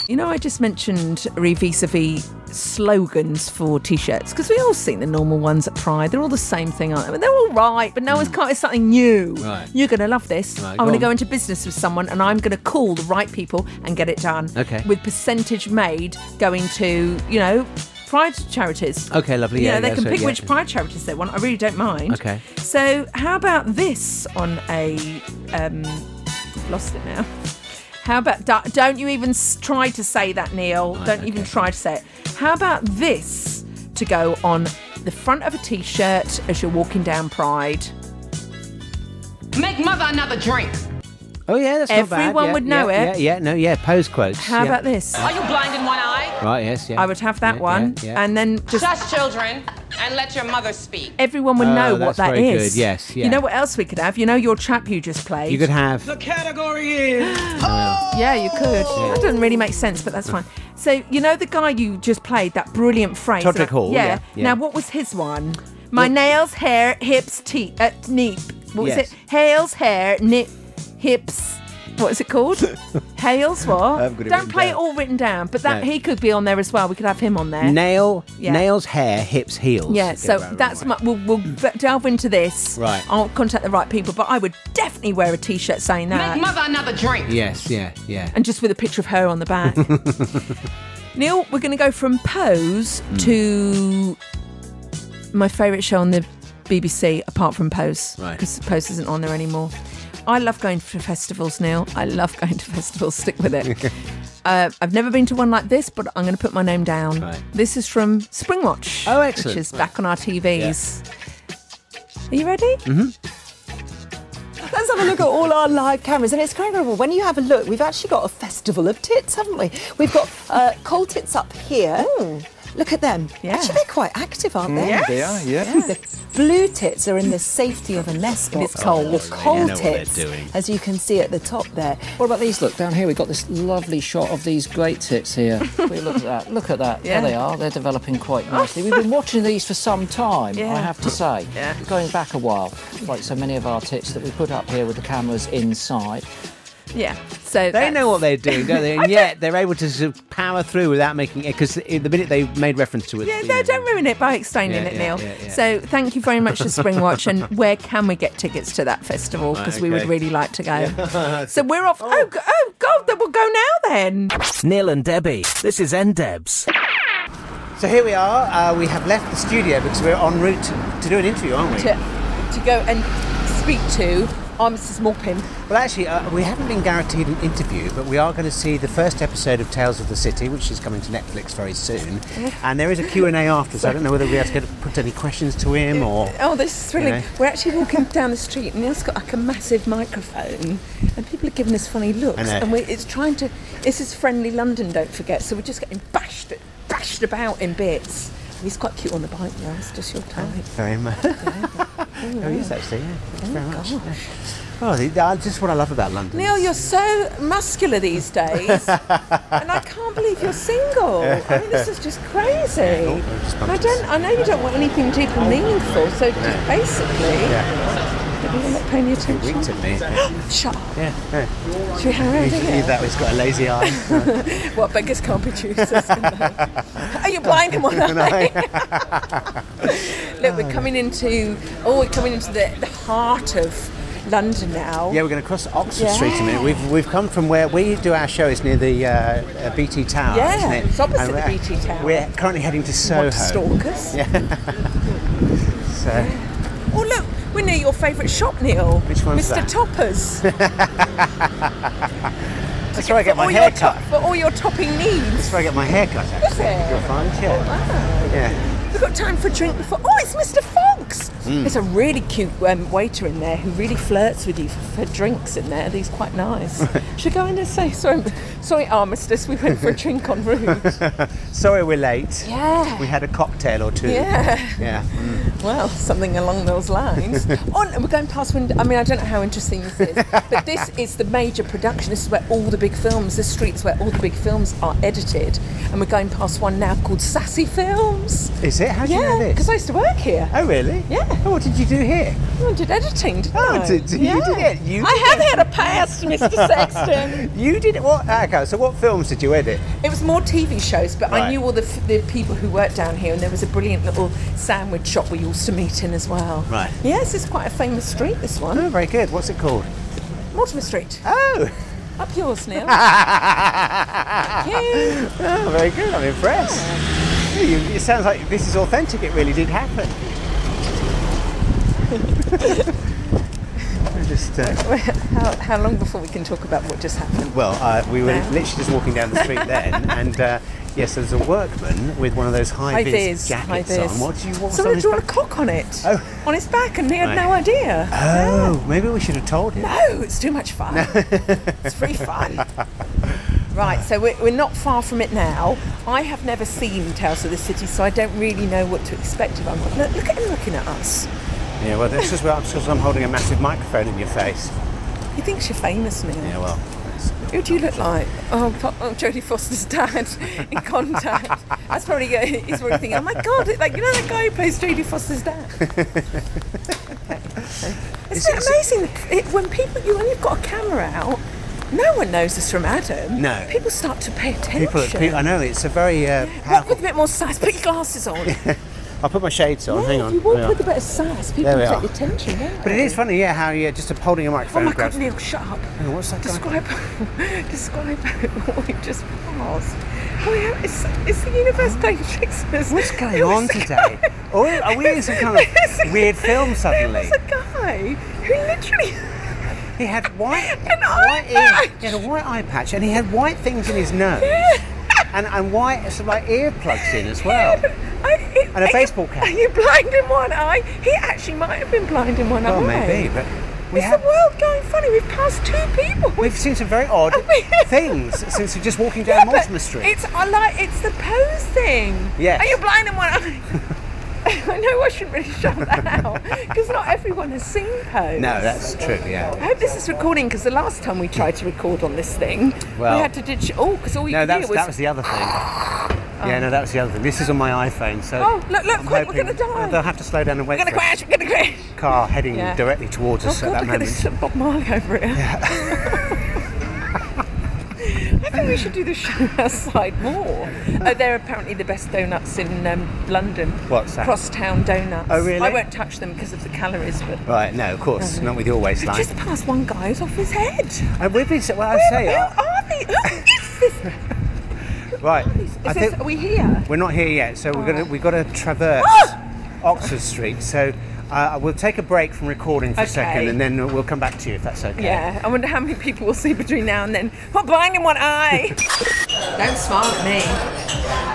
[SPEAKER 4] You know, I just mentioned re vis a vis slogans for t shirts because we all seen the normal ones at Pride. They're all the same thing, aren't they? I mean, they're all right, but no one's can't. It's something new.
[SPEAKER 5] Mm. Right.
[SPEAKER 4] You're going to love this.
[SPEAKER 5] Right,
[SPEAKER 4] I'm
[SPEAKER 5] go
[SPEAKER 4] going to go
[SPEAKER 5] on.
[SPEAKER 4] into business with someone and I'm going to call the right people and get it done.
[SPEAKER 5] Okay.
[SPEAKER 4] With percentage made going to, you know, Pride charities.
[SPEAKER 5] Okay, lovely.
[SPEAKER 4] You
[SPEAKER 5] yeah,
[SPEAKER 4] know, they
[SPEAKER 5] yeah,
[SPEAKER 4] can
[SPEAKER 5] so,
[SPEAKER 4] pick
[SPEAKER 5] yeah.
[SPEAKER 4] which Pride charities they want. I really don't mind.
[SPEAKER 5] Okay.
[SPEAKER 4] So, how about this on a. Um, I've lost it now. How about. do- Don't you even s- try to say that, Neil.
[SPEAKER 5] Right,
[SPEAKER 4] don't even try to say it. How about this to go on the front of a t shirt as you're walking down Pride?
[SPEAKER 12] Make mother another drink.
[SPEAKER 5] Oh yeah, that's not bad.
[SPEAKER 4] Everyone
[SPEAKER 5] Yeah,
[SPEAKER 4] would know
[SPEAKER 5] yeah,
[SPEAKER 4] it.
[SPEAKER 5] Yeah, yeah, no, yeah. Pose quotes.
[SPEAKER 4] How
[SPEAKER 5] yeah.
[SPEAKER 4] about this?
[SPEAKER 12] Are you blind in one eye?
[SPEAKER 5] Right. Yes. Yeah.
[SPEAKER 4] I would have that one,
[SPEAKER 5] yeah, yeah.
[SPEAKER 4] and then just
[SPEAKER 12] Shush, children, and let your mother speak.
[SPEAKER 4] everyone would
[SPEAKER 5] Oh,
[SPEAKER 4] know what
[SPEAKER 5] that's
[SPEAKER 4] that is.
[SPEAKER 5] very good, yes, yeah.
[SPEAKER 4] You know what else we could have? You know your chap you just played.
[SPEAKER 5] You could have.
[SPEAKER 4] The category is. Yeah, you could. That doesn't really make sense, but that's fine. So you know the guy you just played that brilliant phrase.
[SPEAKER 5] Todrick
[SPEAKER 4] about-
[SPEAKER 5] Hall, yeah, yeah.
[SPEAKER 4] Now what was his one? My nails, hair, hips, teeth, uh, neep. What was
[SPEAKER 5] Yes.
[SPEAKER 4] it? Hales, hair, nip, hips. What is it called? Hales what?
[SPEAKER 5] I haven't got it
[SPEAKER 4] Don't
[SPEAKER 5] written
[SPEAKER 4] play
[SPEAKER 5] down.
[SPEAKER 4] it all written down, but that
[SPEAKER 5] No.
[SPEAKER 4] he could be on there as well. We could have him on there.
[SPEAKER 5] Nail,
[SPEAKER 4] Yeah.
[SPEAKER 5] nails, hair, hips, heels.
[SPEAKER 4] Yeah, so
[SPEAKER 5] right, right,
[SPEAKER 4] that's my. We'll, we'll v- delve into this.
[SPEAKER 5] Right.
[SPEAKER 4] I'll contact the right people, but I would definitely wear a t-shirt saying that.
[SPEAKER 12] Make mother another drink.
[SPEAKER 5] Yes, yeah, yeah.
[SPEAKER 4] And just with a picture of her on the back. Neil, we're going to go from Pose
[SPEAKER 5] Hmm.
[SPEAKER 4] to my favourite show on the BBC, apart from Pose,
[SPEAKER 5] Right.
[SPEAKER 4] because Pose isn't on there anymore. I love going to festivals, Neil. I love going to festivals. Stick with it. uh, I've never been to one like this, but I'm going to put my name down.
[SPEAKER 5] Right.
[SPEAKER 4] This is from Springwatch.
[SPEAKER 5] Oh, excellent.
[SPEAKER 4] Which is
[SPEAKER 5] Right.
[SPEAKER 4] back on our TVs. Are you ready?
[SPEAKER 5] hmm
[SPEAKER 18] Let's have a look at all our live cameras, and it's incredible. When you have a look, we've actually got a festival of tits, haven't we? We've got uh, coal tits up here.
[SPEAKER 3] Oh.
[SPEAKER 18] Look at them. Actually, they're quite active, aren't they?
[SPEAKER 4] Mm, they
[SPEAKER 18] Yes.
[SPEAKER 4] are, yeah.
[SPEAKER 18] The blue tits are in the safety of a nest box.
[SPEAKER 3] Oh,
[SPEAKER 18] It's cold. The coal
[SPEAKER 19] know what they're
[SPEAKER 18] tits,
[SPEAKER 19] doing.
[SPEAKER 18] as you can see at the top there.
[SPEAKER 19] What about these? Look down here. We've got this lovely shot of these great tits here. we look at that. Look at that.
[SPEAKER 18] Yeah.
[SPEAKER 19] There they are. They're developing quite nicely. We've been watching these for some time.
[SPEAKER 18] Yeah.
[SPEAKER 19] I have to say. Yeah. Going back a while, like so many of our tits that we put up here with the cameras inside.
[SPEAKER 4] Yeah. So
[SPEAKER 5] They know what they're doing, don't they? And yet they're able to sort of power through without making it because the minute they made reference to it,
[SPEAKER 4] Yeah,
[SPEAKER 5] you
[SPEAKER 4] no,
[SPEAKER 5] know,
[SPEAKER 4] don't ruin it by explaining
[SPEAKER 5] Yeah,
[SPEAKER 4] it,
[SPEAKER 5] yeah,
[SPEAKER 4] Neil.
[SPEAKER 5] yeah, yeah.
[SPEAKER 4] So, thank you very much to Springwatch. and where can we get tickets to that festival? Because we would
[SPEAKER 20] Okay.
[SPEAKER 4] really like to go.
[SPEAKER 20] Yeah.
[SPEAKER 4] so, we're off. Oh, g- oh, God, then we'll go now then.
[SPEAKER 20] Neil and Debbie. This is NDebs.
[SPEAKER 5] So here we are. Uh, we have left the studio because we're en route to, to do an interview, aren't we?
[SPEAKER 4] To, to go and speak to our Mrs. Morpin.
[SPEAKER 5] Well, actually, uh, we haven't been guaranteed an interview, but we are going to see the first episode of Tales of the City, which is coming to Netflix very soon. And there is a Q&A after, so I don't know whether we have to get- put any questions to him or...
[SPEAKER 4] Oh, this is
[SPEAKER 5] You
[SPEAKER 4] thrilling.
[SPEAKER 5] know.
[SPEAKER 4] We're actually walking down the street, and Neil's got like a massive microphone, and people are giving us funny looks.
[SPEAKER 5] I know.
[SPEAKER 4] And we're, it's trying to. This is friendly London, don't forget. So we're just getting bashed, bashed about in bits. He's quite cute on the bike, Neil. It's just your type.
[SPEAKER 5] Very much. Oh, he is actually, yeah. Thanks
[SPEAKER 4] Oh,
[SPEAKER 5] very much.
[SPEAKER 4] gosh.
[SPEAKER 5] Yeah. Oh, the- that's just what I love about London.
[SPEAKER 4] Neil, you're so muscular these days, and I can't believe you're single. I mean, this is just crazy.
[SPEAKER 5] Yeah, oh, I just
[SPEAKER 4] I don't. I know you don't want anything deep and meaningful, so just basically, you're not paying any attention.
[SPEAKER 5] Winked at me. Yeah.
[SPEAKER 4] Shut up.
[SPEAKER 5] Yeah, yeah.
[SPEAKER 4] Should we hang around
[SPEAKER 5] Leave-
[SPEAKER 4] here?
[SPEAKER 5] leave that, he's got a lazy eye.
[SPEAKER 4] what beggars can't be choosers. Are you blind in one eye? Look, we're coming into oh, we're coming into the, the heart of London now.
[SPEAKER 5] Yeah, we're going to cross Oxford Street in a minute. We've, we've come from where we do our show. It's near the uh, uh, BT Tower,
[SPEAKER 4] Yeah,
[SPEAKER 5] isn't it?
[SPEAKER 4] it's opposite
[SPEAKER 5] And
[SPEAKER 4] the
[SPEAKER 5] we're-
[SPEAKER 4] BT Tower.
[SPEAKER 5] We're currently heading to Soho.
[SPEAKER 4] Want to stalk us?
[SPEAKER 5] Yeah. so,
[SPEAKER 4] Oh look, we're near your favourite shop, Neil. Which
[SPEAKER 5] one's
[SPEAKER 4] Mr.
[SPEAKER 5] that?
[SPEAKER 4] Toppers.
[SPEAKER 5] that's where I get my
[SPEAKER 4] all your
[SPEAKER 5] hair cut.
[SPEAKER 4] for all your topping needs.
[SPEAKER 5] That's where I get my hair cut,
[SPEAKER 4] Is
[SPEAKER 5] actually.
[SPEAKER 4] it?
[SPEAKER 5] You'll find, yeah. Yeah.
[SPEAKER 4] We've got time for a drink before. Oh, it's Mr. Fox.
[SPEAKER 5] Mm.
[SPEAKER 4] There's a really cute um, waiter in there who really flirts with you for, for drinks in there. These quite nice. Should I go in and say sorry, sorry, Armistice. We went for a drink en route.
[SPEAKER 5] Sorry we're late.
[SPEAKER 4] Yeah.
[SPEAKER 5] We had a cocktail or two.
[SPEAKER 4] Yeah.
[SPEAKER 5] Yeah.
[SPEAKER 4] Well, something along those lines. oh, no, we're going past window. I mean, I don't know how interesting this is, but this is the major production. This is where all the big films, this street's where all the big films are edited. And we're going past one now called Sassy Films.
[SPEAKER 5] Is it? How do
[SPEAKER 4] yeah,
[SPEAKER 5] you know this?
[SPEAKER 4] because I used to work here.
[SPEAKER 5] Oh, really?
[SPEAKER 4] Yeah.
[SPEAKER 5] Oh, what did you do here?
[SPEAKER 4] I did editing, didn't
[SPEAKER 5] Oh,
[SPEAKER 4] I?
[SPEAKER 5] did- you did it. You
[SPEAKER 4] I have had a past, Mr. Sexton.
[SPEAKER 5] you did it. What? Okay, so what films did you edit?
[SPEAKER 4] It was more TV shows, but I
[SPEAKER 5] Right.
[SPEAKER 4] knew all the, f- the people who worked down here, and there was a brilliant little sandwich shop we used to meet in as well.
[SPEAKER 5] Right.
[SPEAKER 4] Yes, it's quite a famous street, this one.
[SPEAKER 5] Oh, very good. What's it called?
[SPEAKER 4] Mortimer Street.
[SPEAKER 5] Oh!
[SPEAKER 4] Up yours, Neil.
[SPEAKER 5] Oh, very good. I'm impressed. Yeah, you- it sounds like this is authentic. It really did happen. I just, uh,
[SPEAKER 4] how, how long before we can talk about what just happened?
[SPEAKER 5] well, uh, we were literally just walking down the street then, and uh, Yes, there's a workman with one of those high vis jackets on. What do you want? on
[SPEAKER 4] Someone
[SPEAKER 5] his
[SPEAKER 4] drawn
[SPEAKER 5] back?
[SPEAKER 4] a cock on it. On his back, and he had
[SPEAKER 5] Right.
[SPEAKER 4] no idea.
[SPEAKER 5] Oh, maybe we should have told him.
[SPEAKER 4] No, it's too much fun. it's free fun. Right, so we're, we're not far from it now. I have never seen Tales of the City, so I don't really know what to expect of them. Look, look at him looking at us.
[SPEAKER 5] Yeah, well, this is where I'm, because I'm holding a massive microphone in your face.
[SPEAKER 4] He thinks you're famous now.
[SPEAKER 5] Yeah, well,
[SPEAKER 4] Who do you look like? Oh, po- oh Jodie Foster's dad in Contact. That's probably he's probably thinking, oh my god, like you know that guy who plays Jodie Foster's dad. Isn't it amazing it, when people you when you've got a camera out, no one knows us from Adam.
[SPEAKER 5] No.
[SPEAKER 4] people start to pay attention.
[SPEAKER 5] people, people. I know it's a very. Uh,
[SPEAKER 4] Walk with a bit more size. Put your glasses on.
[SPEAKER 5] I'll put my shades on. Hang on.
[SPEAKER 4] you
[SPEAKER 5] There
[SPEAKER 4] walk
[SPEAKER 5] we
[SPEAKER 4] with a
[SPEAKER 5] are.
[SPEAKER 4] bit of size, people
[SPEAKER 5] There we
[SPEAKER 4] take
[SPEAKER 5] are.
[SPEAKER 4] your attention. Don't
[SPEAKER 5] But it
[SPEAKER 4] they?
[SPEAKER 5] is funny, yeah, how you're just holding a
[SPEAKER 4] Oh
[SPEAKER 5] microphone.
[SPEAKER 4] my
[SPEAKER 5] grabs-
[SPEAKER 4] God, Neil, shut up!
[SPEAKER 5] Hang on, what's that guy-
[SPEAKER 4] describe, describe what we just passed. Oh yeah, it's, it's the universe playing Shakespeare. What's
[SPEAKER 5] Oh. going on today? Or are we in some kind of weird film suddenly?
[SPEAKER 4] There's a guy who literally
[SPEAKER 5] He had white,
[SPEAKER 4] an
[SPEAKER 5] white ear, he had a white eye patch, and he had white things in his nose, and and white sort of like earplugs in as well, and a baseball
[SPEAKER 4] Are
[SPEAKER 5] cap.
[SPEAKER 4] you blind in one eye? He actually might have been blind in one
[SPEAKER 5] Well,
[SPEAKER 4] eye.
[SPEAKER 5] maybe, but we
[SPEAKER 4] Is
[SPEAKER 5] have
[SPEAKER 4] the world going funny? We've passed two people.
[SPEAKER 5] we've seen some very odd things since we're just walking down
[SPEAKER 4] Yeah, but
[SPEAKER 5] Mortimer Street.
[SPEAKER 4] It's I like it's the pose thing.
[SPEAKER 5] Yes.
[SPEAKER 4] Are you blind in one eye? I know I shouldn't really shout that out because not everyone has seen pose.
[SPEAKER 5] No, that's true. Yeah.
[SPEAKER 4] I hope this is recording because the last time we tried to record on this thing,
[SPEAKER 5] Well-
[SPEAKER 4] we had to ditch it all because all you
[SPEAKER 5] No,
[SPEAKER 4] could hear
[SPEAKER 5] that's,
[SPEAKER 4] was.
[SPEAKER 5] that was the other thing. Yeah, no, that was the other thing. This is on my iPhone, so.
[SPEAKER 4] Oh, look, look,
[SPEAKER 5] I'm
[SPEAKER 4] quick, we're
[SPEAKER 5] hoping-
[SPEAKER 4] gonna die.
[SPEAKER 5] uh, They'll have to slow down and
[SPEAKER 4] we're
[SPEAKER 5] wait
[SPEAKER 4] gonna
[SPEAKER 5] for
[SPEAKER 4] crash. We're gonna crash.
[SPEAKER 5] a car heading
[SPEAKER 4] Yeah.
[SPEAKER 5] directly towards
[SPEAKER 4] Oh
[SPEAKER 5] us
[SPEAKER 4] God,
[SPEAKER 5] at that
[SPEAKER 4] look at
[SPEAKER 5] moment.
[SPEAKER 4] this Bob Marley over here. I think we should do the show outside more. Oh, they're apparently the best donuts in um, London.
[SPEAKER 5] What's that?
[SPEAKER 4] Crosstown donuts.
[SPEAKER 5] Oh, really?
[SPEAKER 4] I won't touch them because of the calories, but.
[SPEAKER 5] Right, no, of course, not with your waistline.
[SPEAKER 4] Oh, Just past one guy who's off his head.
[SPEAKER 5] And we've been, well, I
[SPEAKER 4] Where-
[SPEAKER 5] say,
[SPEAKER 4] who
[SPEAKER 5] uh,
[SPEAKER 4] are they? Who is this?
[SPEAKER 5] right. I
[SPEAKER 4] Is this,
[SPEAKER 5] think
[SPEAKER 4] are we Oh. Ah! here?
[SPEAKER 5] we're not here yet, so we're gonna we've got to traverse Oxford Street. So uh, we'll take a break from recording for a second,
[SPEAKER 4] Okay.
[SPEAKER 5] and then we'll come back to you if that's okay.
[SPEAKER 4] Yeah, I wonder how many people we'll see between now and then. What blind in one eye? Don't smile at me.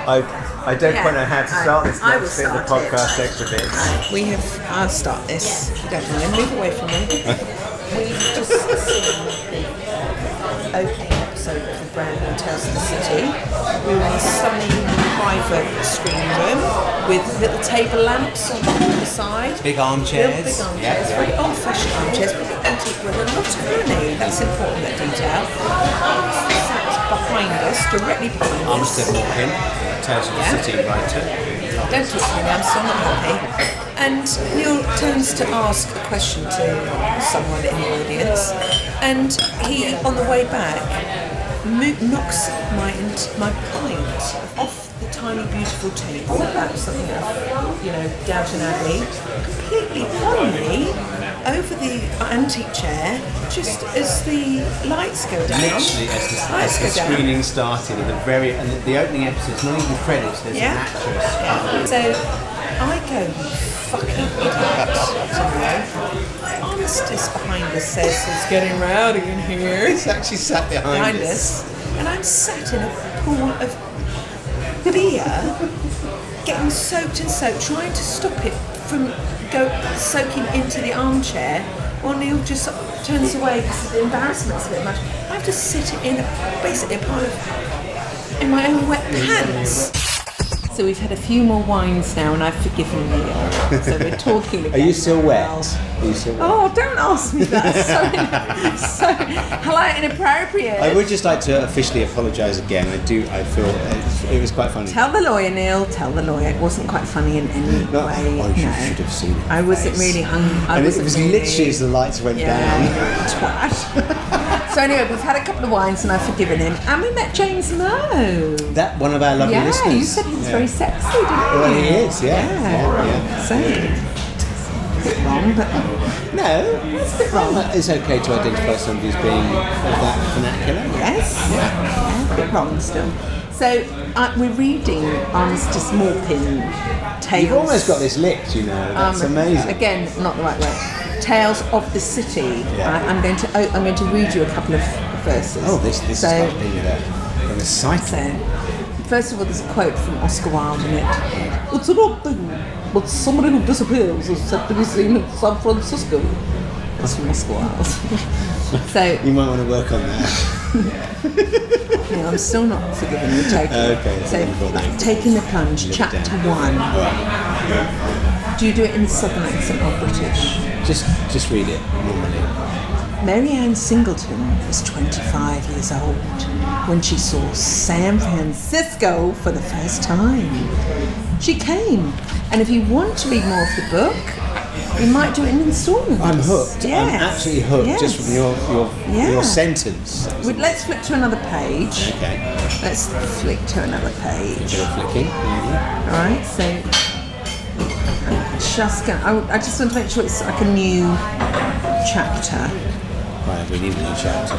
[SPEAKER 5] I I
[SPEAKER 4] don't Yeah, quite know how to I- start this I will next bit of the start it. podcast
[SPEAKER 5] extra bit.
[SPEAKER 3] We have. I'll start this. You don't want to move away from me.
[SPEAKER 18] We've just seen the opening episode of Brandon Tales of the City. We were in a sunny private screening room with little table lamps on the side.
[SPEAKER 5] Big armchairs.
[SPEAKER 18] Real big armchairs,
[SPEAKER 5] Yeah, yeah.
[SPEAKER 18] very old-fashioned armchairs, but antique with a lot of money. That's important, that detail. Sat behind us, directly behind us.
[SPEAKER 5] Walkin, Tales of
[SPEAKER 18] the Yeah. City
[SPEAKER 5] writer.
[SPEAKER 18] Don't talk to me, I'm still not happy. And Neil turns to ask a question to someone in the audience, and he, on the way back, mo- knocks my ent- my pint off the tiny beautiful table. That was something of, you know, Downton Abbey. Completely on me, over the antique chair, just as the lights go down.
[SPEAKER 5] Literally, as the, as
[SPEAKER 18] lights
[SPEAKER 5] the
[SPEAKER 18] go down.
[SPEAKER 5] screening started, at the very and the, the opening episode's not even credits. There's
[SPEAKER 18] Yeah.
[SPEAKER 5] an actress.
[SPEAKER 18] So I go, you fucking idiot. You know? Armistice behind us says it's getting rowdy in here. It's
[SPEAKER 5] actually sat behind us.
[SPEAKER 18] And I'm sat in a pool of beer, getting soaked and soaked, trying to stop it from go soaking into the armchair. While Neil just sort of turns away because of the embarrassment's a bit much. I have to sit in basically a pile of in my own wet pants.
[SPEAKER 3] So we've had a few more wines now, and I've forgiven Neil. So we're talking
[SPEAKER 5] Are
[SPEAKER 3] again.
[SPEAKER 5] you still wet? Are you still wet?
[SPEAKER 3] Oh, don't ask me that. So, so hello, inappropriate.
[SPEAKER 5] I would just like to officially apologise again. I do. I feel it, it was quite funny.
[SPEAKER 3] Tell the lawyer, Neil. Tell the lawyer. It wasn't quite funny in any way.
[SPEAKER 5] Oh, you
[SPEAKER 3] no.
[SPEAKER 5] should have seen it.
[SPEAKER 3] I wasn't really hung. I
[SPEAKER 5] and it
[SPEAKER 3] wasn't
[SPEAKER 5] was
[SPEAKER 3] really-
[SPEAKER 5] literally as the lights went down.
[SPEAKER 3] Yeah, twat. so anyway, we've had a couple of wines and I've forgiven him. And we met James Moe.
[SPEAKER 5] That one of our lovely
[SPEAKER 3] yeah,
[SPEAKER 5] listeners.
[SPEAKER 3] you said he was
[SPEAKER 5] Yeah.
[SPEAKER 3] very sexy, didn't you?
[SPEAKER 5] Well, he is. Yeah. Yeah. yeah.
[SPEAKER 3] So it's wrong, but
[SPEAKER 5] No, that's a bit wrong. It's okay to identify somebody as being of that vernacular.
[SPEAKER 3] yes, yeah, a bit wrong still. So uh, we're reading Armistice Maupin tales.
[SPEAKER 5] You've almost got this licked, you know. That's
[SPEAKER 3] Um,
[SPEAKER 5] amazing.
[SPEAKER 3] Again, not the right way. Tales of the City. I, am going to oh, I'm going to read you a couple of verses.
[SPEAKER 5] Oh, this this
[SPEAKER 3] so,
[SPEAKER 5] is like being at a, at a cycle.
[SPEAKER 3] So,
[SPEAKER 18] First of all, there's a quote from Oscar Wilde in it.
[SPEAKER 21] It's an odd thing, but somebody who disappears is said to be seen in San Francisco. That's from Oscar
[SPEAKER 18] So
[SPEAKER 16] You might want to work on that.
[SPEAKER 18] you know, I'm still not forgiving you, taking
[SPEAKER 16] Okay,
[SPEAKER 18] So,
[SPEAKER 16] don't bother.
[SPEAKER 18] like, taking the plunge,
[SPEAKER 16] Live
[SPEAKER 18] chapter
[SPEAKER 16] down. All
[SPEAKER 18] one.
[SPEAKER 16] right.
[SPEAKER 18] Do you do it in the southern accent or British?
[SPEAKER 16] Just, just read it normally.
[SPEAKER 18] Mary Ann Singleton was 25 years old when she saw San Francisco for the first time. She came, and if you want to read more of the book, we might do it in installments.
[SPEAKER 16] I'm hooked.
[SPEAKER 18] Yes.
[SPEAKER 16] I'm absolutely hooked
[SPEAKER 18] Yes.
[SPEAKER 16] just from your your,
[SPEAKER 18] Yeah.
[SPEAKER 16] your sentence.
[SPEAKER 18] Well, Let's flip to another page.
[SPEAKER 16] Okay.
[SPEAKER 18] Let's flick to another page.
[SPEAKER 16] Bit of flicking.
[SPEAKER 18] All right, so just gonna, I, I just want to make sure it's like a new chapter.
[SPEAKER 16] Right, we need a new chapter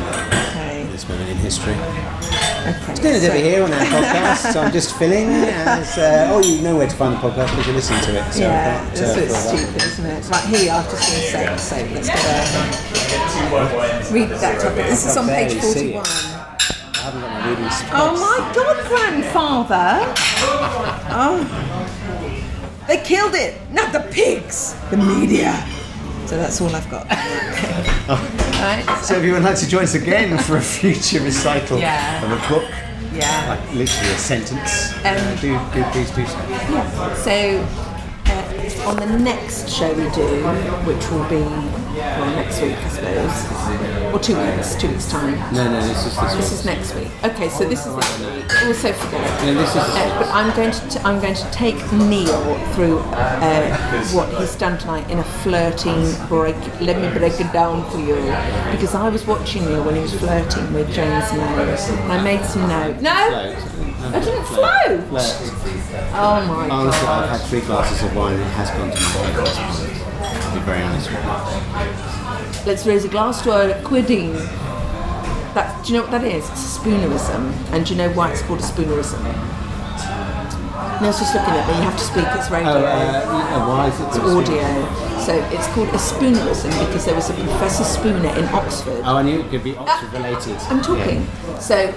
[SPEAKER 18] Okay.
[SPEAKER 16] at this moment in history.
[SPEAKER 18] Okay.
[SPEAKER 16] It's Dinner
[SPEAKER 18] so-
[SPEAKER 16] Debbie here on our podcast, so I'm just filling. As, uh, oh, you know where to find the podcast because you listen to it. So
[SPEAKER 18] yeah,
[SPEAKER 16] I can't,
[SPEAKER 18] that's
[SPEAKER 16] uh,
[SPEAKER 18] a bit
[SPEAKER 16] for a while.
[SPEAKER 18] stupid, isn't it? Right, here you are, just going to say, so let's go there. Read that topic. This is on
[SPEAKER 16] There
[SPEAKER 18] page
[SPEAKER 16] you see
[SPEAKER 18] 41.
[SPEAKER 16] it. I haven't got my reading sp-
[SPEAKER 18] Oh my god, grandfather! Oh. They killed it! Not the pigs! The media! So that's all I've got. Right.
[SPEAKER 16] So if you would like to join us again for a future recital
[SPEAKER 18] Yeah.
[SPEAKER 16] of a book,
[SPEAKER 18] Yeah.
[SPEAKER 16] like literally a sentence,
[SPEAKER 18] Um,
[SPEAKER 16] uh, do, do please do so.
[SPEAKER 18] Yeah. So, uh, on the next show we do, which will be well, next week, I suppose, or two weeks, two weeks' time.
[SPEAKER 16] No, no, this is this
[SPEAKER 18] This
[SPEAKER 16] one.
[SPEAKER 18] is next week. Okay, so this is next week. Also forget.
[SPEAKER 16] No, this is-
[SPEAKER 18] Uh, but I'm going to t- I'm going to take Neil through uh, what he's done tonight in a flirting break. Let me break it down for you because I was watching Neil when he was flirting with James May, and I made some notes. No, I didn't float. Oh my
[SPEAKER 16] Honestly,
[SPEAKER 18] god.
[SPEAKER 16] I've had three glasses of wine and it has gone to my head. I'll be very honest with you.
[SPEAKER 18] Let's raise a glass to a quidding. That, do you know what that is? It's a spoonerism. And do you know why it's called a spoonerism? No, it's just looking at me. You have to speak. It's radio.
[SPEAKER 16] Oh, uh, why is it
[SPEAKER 18] it's
[SPEAKER 16] called a
[SPEAKER 18] audio. So it's called a spoonerism because there was a Professor Spooner in Oxford.
[SPEAKER 16] Oh, I knew it could be Oxford related.
[SPEAKER 18] I'm talking. So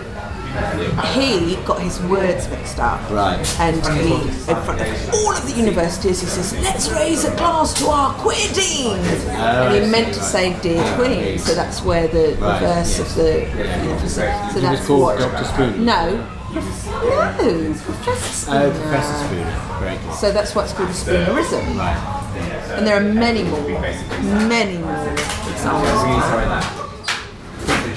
[SPEAKER 18] he got his words mixed up.
[SPEAKER 16] Right.
[SPEAKER 18] And he, in front of all of the universities, he says, let's raise a glass to our queer dean. and
[SPEAKER 16] Oh, I
[SPEAKER 18] he
[SPEAKER 16] see,
[SPEAKER 18] meant to
[SPEAKER 16] right.
[SPEAKER 18] say dear queen, so that's where the
[SPEAKER 16] Right,
[SPEAKER 18] reverse of the. So
[SPEAKER 16] It was
[SPEAKER 18] that's
[SPEAKER 16] called
[SPEAKER 18] what.
[SPEAKER 16] Dr. Spooner.
[SPEAKER 18] No. Prof- No, Professor Spooner.
[SPEAKER 16] Oh, Professor Spooner. Very good.
[SPEAKER 18] So that's what's called a spoonerism. And there are many more, many more examples.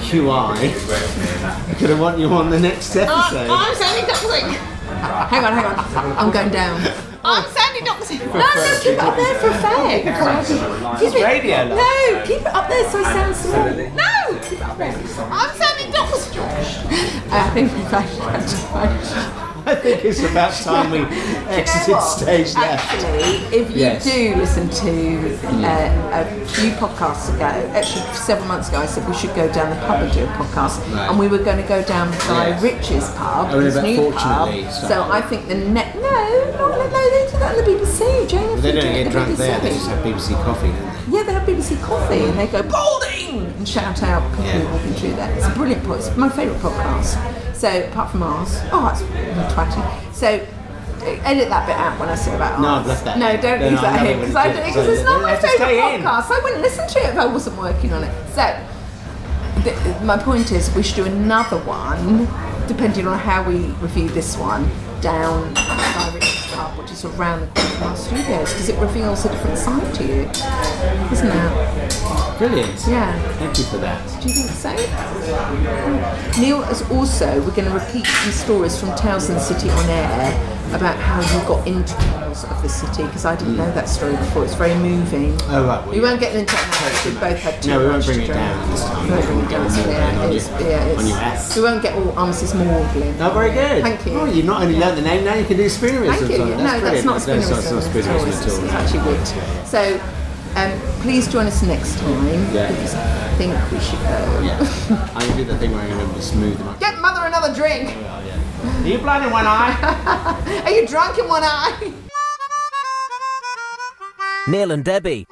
[SPEAKER 16] QI. Gonna want you on the next episode.
[SPEAKER 18] Uh, I'm Sandy Duckling. Hang on, hang on. I'm going down. I'm Sandy Duckling. No, no, keep it up there for effect. Keep
[SPEAKER 16] It's
[SPEAKER 18] it.
[SPEAKER 16] radio, love.
[SPEAKER 18] No, keep it up there so it sounds small. No, keep it up there. I'm Sandy Duckling. I think we've actually.
[SPEAKER 16] I think it's about time we exited stage left.
[SPEAKER 18] Actually, if you
[SPEAKER 16] Yes.
[SPEAKER 18] do listen to uh, a few podcasts ago, actually several months ago, I said we should go down the pub and do a podcast,
[SPEAKER 16] Right.
[SPEAKER 18] and we were going to go down Guy
[SPEAKER 16] Yes.
[SPEAKER 18] Rich's pub,
[SPEAKER 16] Only
[SPEAKER 18] his
[SPEAKER 16] about
[SPEAKER 18] new pub.
[SPEAKER 16] fortunately, it's
[SPEAKER 18] So
[SPEAKER 16] not.
[SPEAKER 18] I think the next no, no, no, they do that in the BBC. Jane,
[SPEAKER 16] Well,
[SPEAKER 18] if
[SPEAKER 16] they don't
[SPEAKER 18] do it in
[SPEAKER 16] get
[SPEAKER 18] the
[SPEAKER 16] drunk there, they
[SPEAKER 18] BBC.
[SPEAKER 16] just have BBC coffee, don't they?
[SPEAKER 18] Yeah, they have BBC Coffee and they go Balding and shout out people
[SPEAKER 16] Yeah.
[SPEAKER 18] walking through there. It's a brilliant pod. It's my favourite podcast. So apart from ours, oh, that's twatty. So edit that bit out when I said about
[SPEAKER 16] No,
[SPEAKER 18] ours.
[SPEAKER 16] I've left that
[SPEAKER 18] No,
[SPEAKER 16] in.
[SPEAKER 18] don't
[SPEAKER 16] No, no,
[SPEAKER 18] leave
[SPEAKER 16] I
[SPEAKER 18] that
[SPEAKER 16] love
[SPEAKER 18] in
[SPEAKER 16] it when
[SPEAKER 18] because
[SPEAKER 16] you
[SPEAKER 18] I
[SPEAKER 16] do it.
[SPEAKER 18] don't
[SPEAKER 16] So
[SPEAKER 18] because it's not
[SPEAKER 16] they
[SPEAKER 18] my
[SPEAKER 16] have to
[SPEAKER 18] favourite
[SPEAKER 16] stay in.
[SPEAKER 18] podcast. I wouldn't listen to it if I wasn't working on it. So th- my point is we should do another one depending on how we review this one down by Richard's Pub which is around the corner from our studios because it reveals a different side to you isn't it
[SPEAKER 16] Brilliant.
[SPEAKER 18] Yeah.
[SPEAKER 16] Thank you for that.
[SPEAKER 18] do you think so Neil is also we're going to repeat some stories from Towson City on air about how you got into Tales of the City because I didn't know that story before it's very moving
[SPEAKER 16] Oh, right.
[SPEAKER 18] we won't get into that now because we both had too
[SPEAKER 16] No, we
[SPEAKER 18] much
[SPEAKER 16] won't bring
[SPEAKER 18] to
[SPEAKER 16] it
[SPEAKER 18] drink.
[SPEAKER 16] down this time.
[SPEAKER 18] We won't bring it down, so yeah,
[SPEAKER 16] on
[SPEAKER 18] it's,
[SPEAKER 16] your-
[SPEAKER 18] yeah, it's,
[SPEAKER 16] on your ass.
[SPEAKER 18] We won't get all Armistice Maudlin.
[SPEAKER 16] Oh, very good.
[SPEAKER 18] Thank you.
[SPEAKER 16] Oh, you not only learned the name, now you can do spoonerisms.
[SPEAKER 18] Thank you.
[SPEAKER 16] on it.
[SPEAKER 18] no, that's
[SPEAKER 16] brilliant.
[SPEAKER 18] not spoonerism.
[SPEAKER 16] That's not spoonerism at all.
[SPEAKER 18] It's actually weird. So, um, please join us next time.
[SPEAKER 16] Yeah.
[SPEAKER 18] Because I think we should go.
[SPEAKER 16] Yeah. I'm going to do the thing where I'm going to smooth them up.
[SPEAKER 18] Get mother another drink.
[SPEAKER 16] Are you blind in one eye?
[SPEAKER 18] Are you drunk in one eye?
[SPEAKER 20] Neil and Debbie.